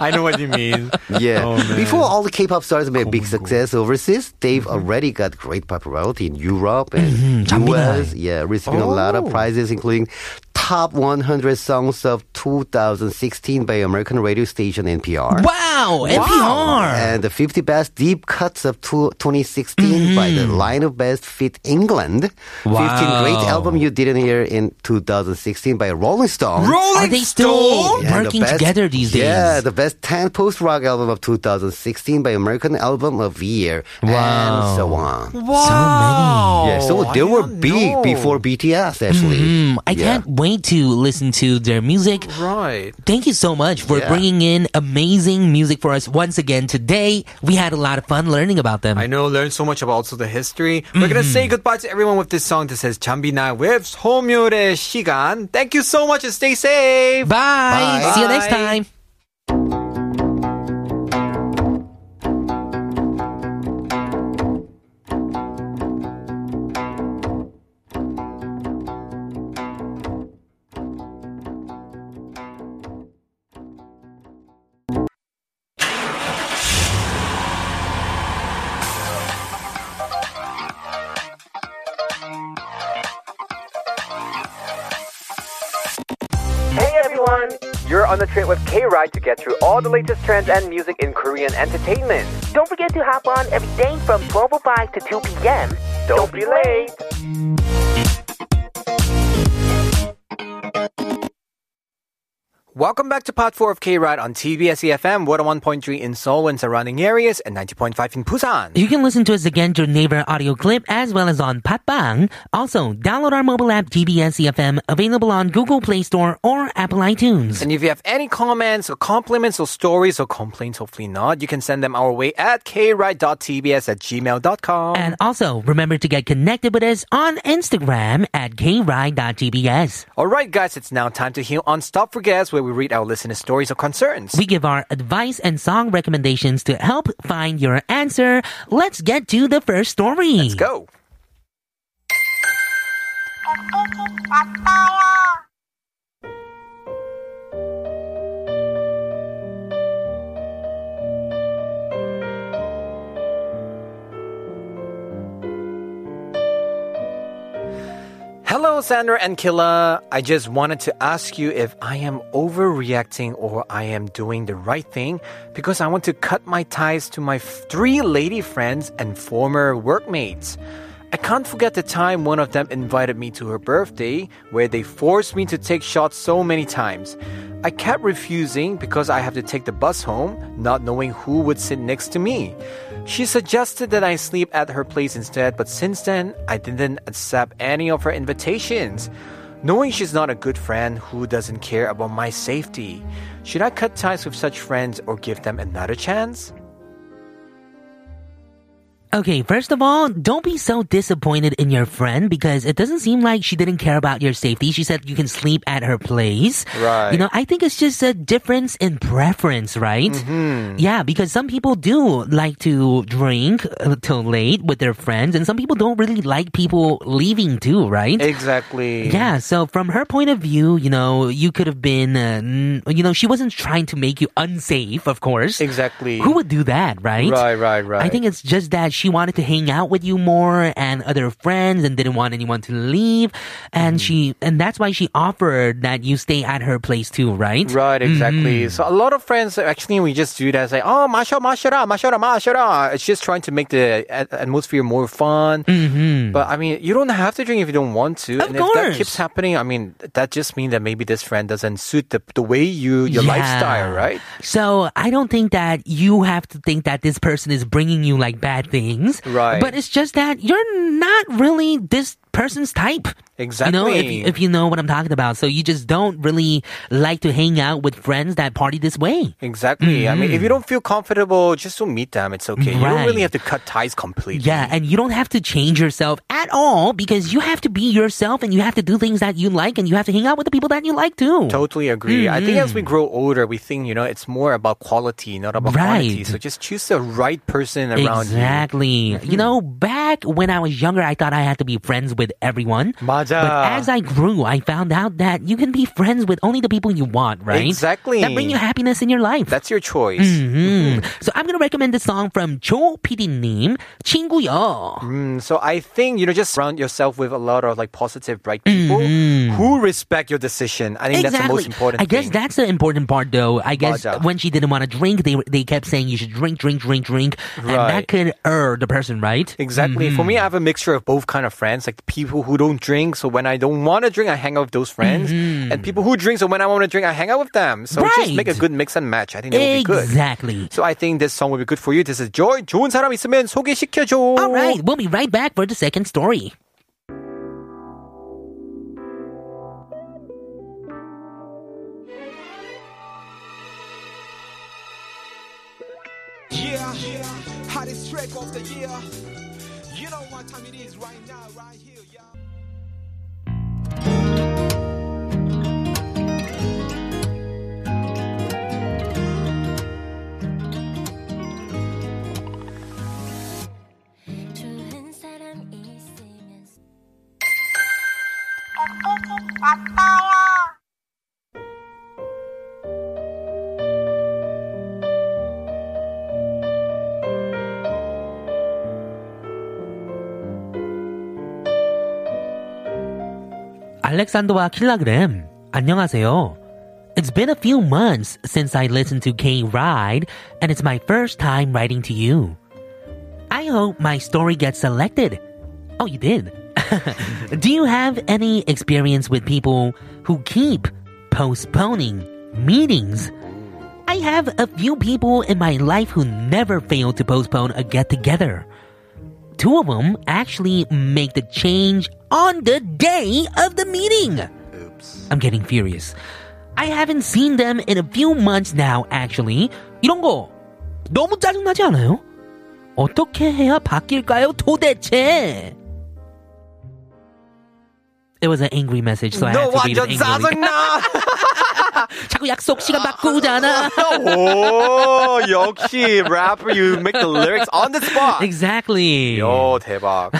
Speaker 2: I know what you mean.
Speaker 4: Yeah.
Speaker 2: Oh, man.
Speaker 4: Before all the K-pop stars made big success overseas, they've
Speaker 2: Mm-hmm.
Speaker 4: already got great popularity in Europe and
Speaker 1: Mm-hmm.
Speaker 4: US. Yeah, receiving a lot
Speaker 2: Oh.
Speaker 4: of prizes, including top 100 songs of 2016 by American radio station NPR.
Speaker 1: wow. NPR.
Speaker 4: And the 50 best deep cuts of two, 2016
Speaker 1: Mm-hmm.
Speaker 4: by the line of best fit England. 15 great
Speaker 1: Wow.
Speaker 4: album you didn't hear in 2016 by Rolling Stone.
Speaker 1: Are they still
Speaker 4: Yeah, the
Speaker 1: working
Speaker 4: best-
Speaker 1: together these days?
Speaker 4: Yeah, the best 10 post rock album of 2016 by American Album of the Year. And so on.
Speaker 2: wow.
Speaker 4: yeah, so they
Speaker 2: I
Speaker 4: were
Speaker 2: didn't
Speaker 4: big
Speaker 2: know.
Speaker 4: before BTS, actually.
Speaker 1: Mm, I
Speaker 4: Yeah.
Speaker 1: can't wait to listen to their music.
Speaker 2: Right.
Speaker 1: Thank you so much for
Speaker 4: Yeah.
Speaker 1: bringing in amazing music for us once again today. We had a lot of fun learning about them.
Speaker 2: I know, learned so much about also the history. We're gonna
Speaker 4: Mm-hmm.
Speaker 2: say goodbye to everyone with this song that says 잠비나 with 소묘의 시간. Thank you so much and stay safe.
Speaker 1: Bye.
Speaker 4: Bye.
Speaker 1: See you next
Speaker 2: Bye.
Speaker 1: time.
Speaker 9: Hey everyone! You're on the train with K Ride to get through all the latest trends and music in Korean entertainment.
Speaker 7: Don't forget to hop on every day from 12.05 to 2 p.m.
Speaker 9: Don't be late!
Speaker 2: Welcome back to Part 4 of K Ride on TBS EFM, 101.3 in Seoul and surrounding areas, and 90.5 in Busan.
Speaker 1: You can listen to us again through Naver audio clip as well as on Patbang. Also, download our mobile app GBS EFM E available on Google Play Store or Apple iTunes.
Speaker 2: And if you have any comments or compliments or stories or complaints, hopefully not, you can send them our way at kride.tbs at gmail.com.
Speaker 1: And also, remember to get connected with us on Instagram at kride.gbs.
Speaker 2: All right, guys, it's now time to hear on Stop for Gas, where we read our listeners' stories or concerns.
Speaker 1: We give our advice and song recommendations to help find your answer. Let's get to the first story.
Speaker 2: Let's go. Hello, Sandra and Killa. I just wanted to ask you if I am overreacting or I am doing the right thing because I want to cut my ties to my f- three lady friends and former workmates. I can't forget the time one of them invited me to her birthday where they forced me to take shots so many times. I kept refusing because I have to take the bus home, not knowing who would sit next to me. She suggested that I sleep at her place instead, but since then, I didn't accept any of her invitations. Knowing she's not a good friend who doesn't care about my safety, should I cut ties with such friends or give them another chance?
Speaker 1: Okay, first of all, don't be so disappointed in your friend because it doesn't seem like she didn't care about your safety. She said you can sleep at her place.
Speaker 2: Right.
Speaker 1: You know, I think it's just a difference in preference, right? Yeah, because some people do like to drink uh, till late with their friends, and some people don't really like people leaving too, right?
Speaker 2: Exactly.
Speaker 1: Yeah, so from her point of view, you know, you could have been, uh, n- you know, she wasn't trying to make you unsafe, of course.
Speaker 2: Exactly.
Speaker 1: Who would do that, right?
Speaker 2: Right, right, right.
Speaker 1: I think it's just that she wanted to hang out with you more and other friends and didn't want anyone to leave.
Speaker 2: Mm-hmm.
Speaker 1: And she, and that's why she offered that you stay at her place too, right?
Speaker 2: Right,
Speaker 1: Mm.
Speaker 2: exactly. So a lot of friends actually we just do that. It's like, oh, mashara, mashara, mashara, mashara. It's just trying to make the a- atmosphere more fun. Mm-hmm. But I mean, you don't have to drink if you don't want to.
Speaker 1: Of
Speaker 2: and if that
Speaker 1: course.
Speaker 2: keeps happening, I mean, that just means that maybe this friend doesn't suit the the way you your
Speaker 1: Yeah.
Speaker 2: lifestyle, right?
Speaker 1: So I don't think that you have to think that this person is bringing you like bad things. Right. But it's just that you're not really this person's type.
Speaker 2: Exactly.
Speaker 1: You know, if, if you know what I'm talking about. So you just don't really like to hang out with friends that party this way.
Speaker 2: Exactly. I mean, if you don't feel comfortable, just don't meet them. It's okay. You don't
Speaker 1: Mm. Right.
Speaker 2: really have to cut ties completely.
Speaker 1: Yeah, and you don't have to change yourself at all because you have to be yourself and you have to do things that you like and you have to hang out with the people that you like too.
Speaker 2: Totally agree. I think as we
Speaker 1: Mm-hmm.
Speaker 2: grow older, we think, you know, it's more about quality, not about quantity.
Speaker 1: Right.
Speaker 2: So just choose the right person around Mm-hmm.
Speaker 1: exactly. You know, back when I was younger, I thought I had to be friends with everyone.
Speaker 2: uh,
Speaker 1: But as I grew, I found out that you can be friends with only the people you want, right?
Speaker 2: Exactly.
Speaker 1: That bring you happiness in your life.
Speaker 2: you. That's Mm-hmm. your choice.
Speaker 1: Mhm. So I'm gonna recommend this song from Cho PD님, 친구요.
Speaker 2: Mm, so I think you know just surround yourself with a lot of like positive, bright people who respect your decision. I think that's the most important.
Speaker 1: Mm-hmm. I guess
Speaker 2: thing.
Speaker 1: that's the important part, though. I guess
Speaker 2: Baja.
Speaker 1: when she didn't want to drink, they they kept saying you should drink, drink, drink, drink, and that
Speaker 2: Right.
Speaker 1: could err the person, right?
Speaker 2: Exactly. For
Speaker 1: Mm-hmm.
Speaker 2: me, I have a mixture of both kind of friends, like the people who don't drink. So when I don't want to drink, I hang out with those friends, and people who drink. So when I want to drink, I hang out with them. So
Speaker 1: Mm-hmm.
Speaker 2: just
Speaker 1: Right.
Speaker 2: make a good mix and match. I think that would be good.
Speaker 1: Exactly.
Speaker 2: So I think this song will be good for you. This is Joy. 좋은 사람 있으면 소개시켜줘.
Speaker 1: All right, we'll be right back for the second story.
Speaker 10: Yeah, hottest track of the year. You know what time it is right now, right here, yeah.
Speaker 3: 좋은 사람 있으면
Speaker 1: 알렉산더와 킬라그램, 안녕하세요. It's been a few months since I listened to K Ride, and it's my first time writing to you. I hope my story gets selected. Oh, you did. Do you have any experience with people who keep postponing meetings? I have a few people in my life who never fail to postpone a get together. Two of them actually make the change on the day of the meeting. Oops. I'm getting furious. I haven't seen them in a few months now, actually. 이런 거 너무 짜증나지 않아요? 어떻게 해야 바뀔까요, 도대체? It was an angry message, so I had
Speaker 2: No,
Speaker 1: to read
Speaker 2: 완전
Speaker 1: it angrily.
Speaker 2: 짜증나.
Speaker 1: 자꾸 약속 시간 바꾸잖아.
Speaker 2: oh, 역시 rapper, you make the lyrics on the spot.
Speaker 1: Exactly.
Speaker 2: Yo, 대박.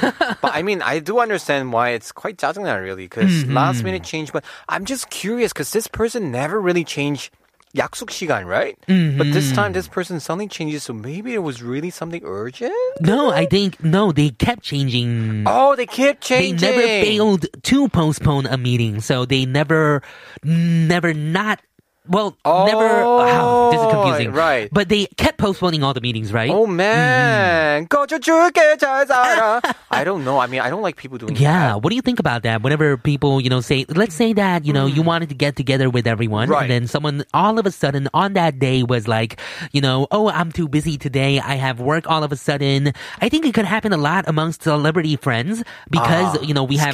Speaker 2: but I mean, I do understand why it's quite 짜증나 really, because
Speaker 1: Mm-hmm.
Speaker 2: last minute change. But I'm just curious, because this person never really changed 약속 시간, right? But this
Speaker 1: Mm-hmm.
Speaker 2: time, this person suddenly changes, so maybe it was really something urgent.
Speaker 1: No, I think no. They kept changing.
Speaker 2: Oh, they kept
Speaker 1: They
Speaker 2: changing.
Speaker 1: never failed to postpone a meeting, so they never, never not. Well, never. oh, this is confusing,
Speaker 2: right.
Speaker 1: But they kept postponing all the meetings, right?
Speaker 2: Oh man, 꺼져줄게 잘 살아. I don't know. I mean, I don't like people doing
Speaker 1: Yeah,
Speaker 2: that.
Speaker 1: what do you think about that? Whenever people, you know, say, let's say that, you know, you wanted to get together with everyone,
Speaker 2: Mm. Right.
Speaker 1: and then someone all of a sudden on that day was like, you know, oh, I'm too busy today. I have work all of a sudden. I think it could happen a lot amongst celebrity friends because,
Speaker 2: Ah,
Speaker 1: you know, we have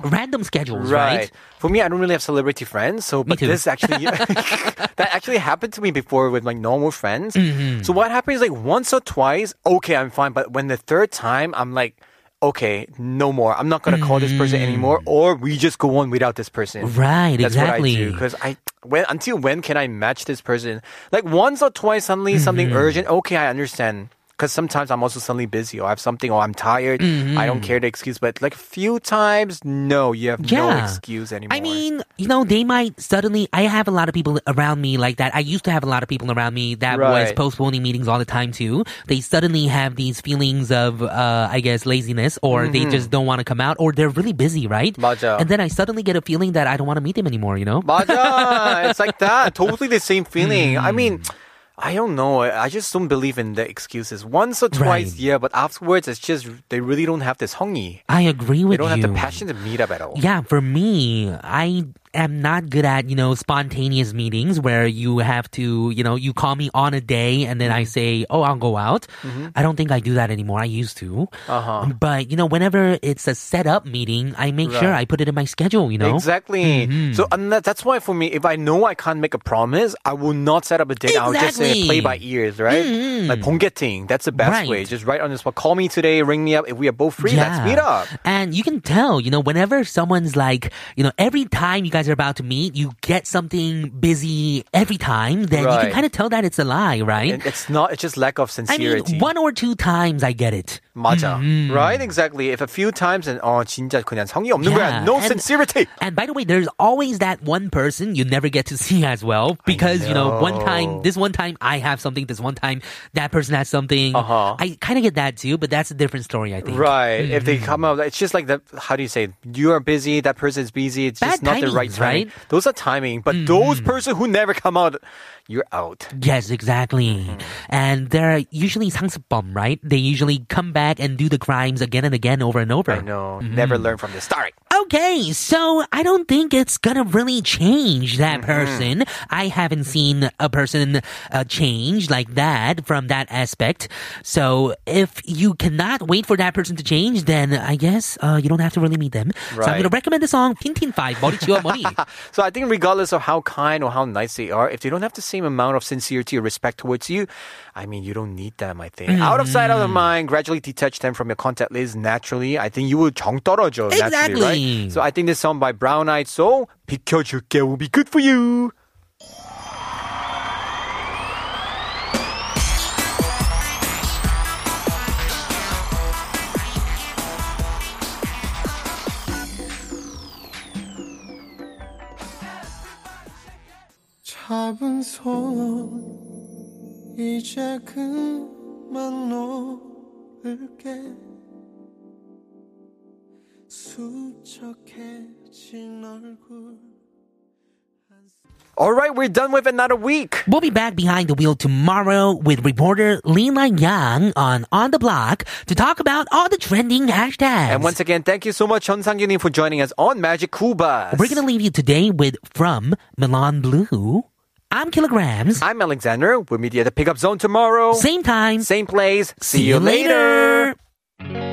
Speaker 1: very random schedules, right?
Speaker 2: For me, I don't really have celebrity friends, so but
Speaker 1: too.
Speaker 2: this actually that actually happened to me before with my normal friends.
Speaker 1: Mm-hmm.
Speaker 2: So what happens like once or twice, okay, I'm fine, but when the third time, I'm like. Okay, no more. I'm not gonna call this person anymore, or we just go on without this person.
Speaker 1: Mm. Right,
Speaker 2: That's
Speaker 1: exactly.
Speaker 2: what I do because I when until when can I match this person? Like once or twice, suddenly something
Speaker 1: Mm-hmm.
Speaker 2: urgent. Okay, I understand. Because sometimes I'm also suddenly busy, or I have something, or I'm tired. I
Speaker 1: Mm-hmm.
Speaker 2: don't care the excuse, but like a few times, no, you have no
Speaker 1: Yeah.
Speaker 2: excuse anymore.
Speaker 1: I mean, you know, they might suddenly. I have a lot of people around me like that. I used to have a lot of people around me that was
Speaker 2: Right.
Speaker 1: postponing meetings all the time too. They suddenly have these feelings of, uh, I guess, laziness, or they just don't want to come out, or they're really busy, right?
Speaker 2: Mm-hmm. 맞아.
Speaker 1: And then I suddenly get a feeling that I don't want to meet them anymore. You know?
Speaker 2: 맞아. it's like that. Totally the same feeling. I mean,
Speaker 1: Mm-hmm.
Speaker 2: I don't know. I I just don't believe in the excuses. Once or twice,
Speaker 1: Right.
Speaker 2: yeah, but afterwards, it's just they really don't have this hongi.
Speaker 1: I agree
Speaker 2: They
Speaker 1: with
Speaker 2: don't
Speaker 1: you.
Speaker 2: have the passion to meet up at all.
Speaker 1: Yeah, for me, I am not good at, you know, spontaneous meetings where you have to, you know, you call me on a day and then I
Speaker 2: Mm-hmm.
Speaker 1: say, oh, I'll go out. I don't think I do that anymore. I used to.
Speaker 2: Uh-huh.
Speaker 1: But, you know, whenever it's a set up meeting, I make sure
Speaker 2: Right.
Speaker 1: I put it in my schedule, you know?
Speaker 2: Exactly.
Speaker 1: Mm-hmm.
Speaker 2: So and that, that's why for me, if I know I can't make a promise, I will not set up a date. I'll just
Speaker 1: Exactly.
Speaker 2: say
Speaker 1: Mm-hmm.
Speaker 2: play by ears, right? Like 본getting. That's the best
Speaker 1: Right.
Speaker 2: way. Just right on the spot. Call me today. Ring me up. If we are both free, let's
Speaker 1: Yeah.
Speaker 2: meet up.
Speaker 1: And you can tell, you know, whenever someone's like, you know, every time you guys are about to meet, you get something busy every time, then you
Speaker 2: Right.
Speaker 1: can kind of tell that it's a lie, right?
Speaker 2: And it's not. It's just lack of
Speaker 1: I mean,
Speaker 2: sincerity.
Speaker 1: one or two times I get it.
Speaker 2: 맞아.
Speaker 1: Mm-hmm.
Speaker 2: Right? Exactly. If a few times and oh, 진짜 그냥 성의 없는
Speaker 1: Yeah,
Speaker 2: 거야. No
Speaker 1: and-
Speaker 2: sincerity.
Speaker 1: And by the way, there's always that one person you never get to see as well because you know one time this one time I have something, this one time that person has something.
Speaker 2: Uh-huh.
Speaker 1: I kind of get that too, but that's a different story, I think.
Speaker 2: Right.
Speaker 1: mm-hmm.
Speaker 2: If they come out, it's just like that. How do you say? It? You are busy. That person is busy. It's just not
Speaker 1: Bad
Speaker 2: the right
Speaker 1: timings,
Speaker 2: timing.
Speaker 1: right? Mm-hmm.
Speaker 2: Those are timing. But those person who never come out, you're out.
Speaker 1: Yes, exactly.
Speaker 2: Mm-hmm.
Speaker 1: And they're usually sangsupom, right? They usually come back and do the crimes again and again, over and over.
Speaker 2: I know. Never learn from this. Sorry.
Speaker 1: Okay, so I don't think it's gonna really change that person. I haven't seen a person uh, change like that from that aspect. So if you cannot wait for that person to change, then I guess uh, you don't have to really meet them. So I'm
Speaker 2: Right.
Speaker 1: gonna recommend the song Tintin 5, Morichiwa Mori.
Speaker 2: So I think regardless of how kind or how nice they are, if they don't have the same amount of sincerity or respect towards you, I mean, you don't need them. I think
Speaker 1: Mm-hmm.
Speaker 2: out of sight, out of mind. Gradually detach them from your contact list. Naturally, I think you will 정 떨어져. Naturally, right?
Speaker 1: Exactly.
Speaker 2: So I think this song by Brown Eyed Soul, 비켜줄게, will be good for you.
Speaker 11: 잡은 손 이제 그만 놓을게 수척해진 얼굴
Speaker 2: All right, we're done with another week.
Speaker 1: We'll be back behind the wheel tomorrow with reporter Lina Yang on On the Block to talk about all the trending hashtags.
Speaker 2: And once again, thank you so much, Chun Sang for joining us on Magic Cuba.
Speaker 1: We're gonna leave you today with From Milan Blue. I'm Kilograms.
Speaker 2: I'm Alexander. We'll meet you at the pickup zone tomorrow.
Speaker 1: Same time.
Speaker 2: Same place. See,
Speaker 1: See you later.
Speaker 2: later.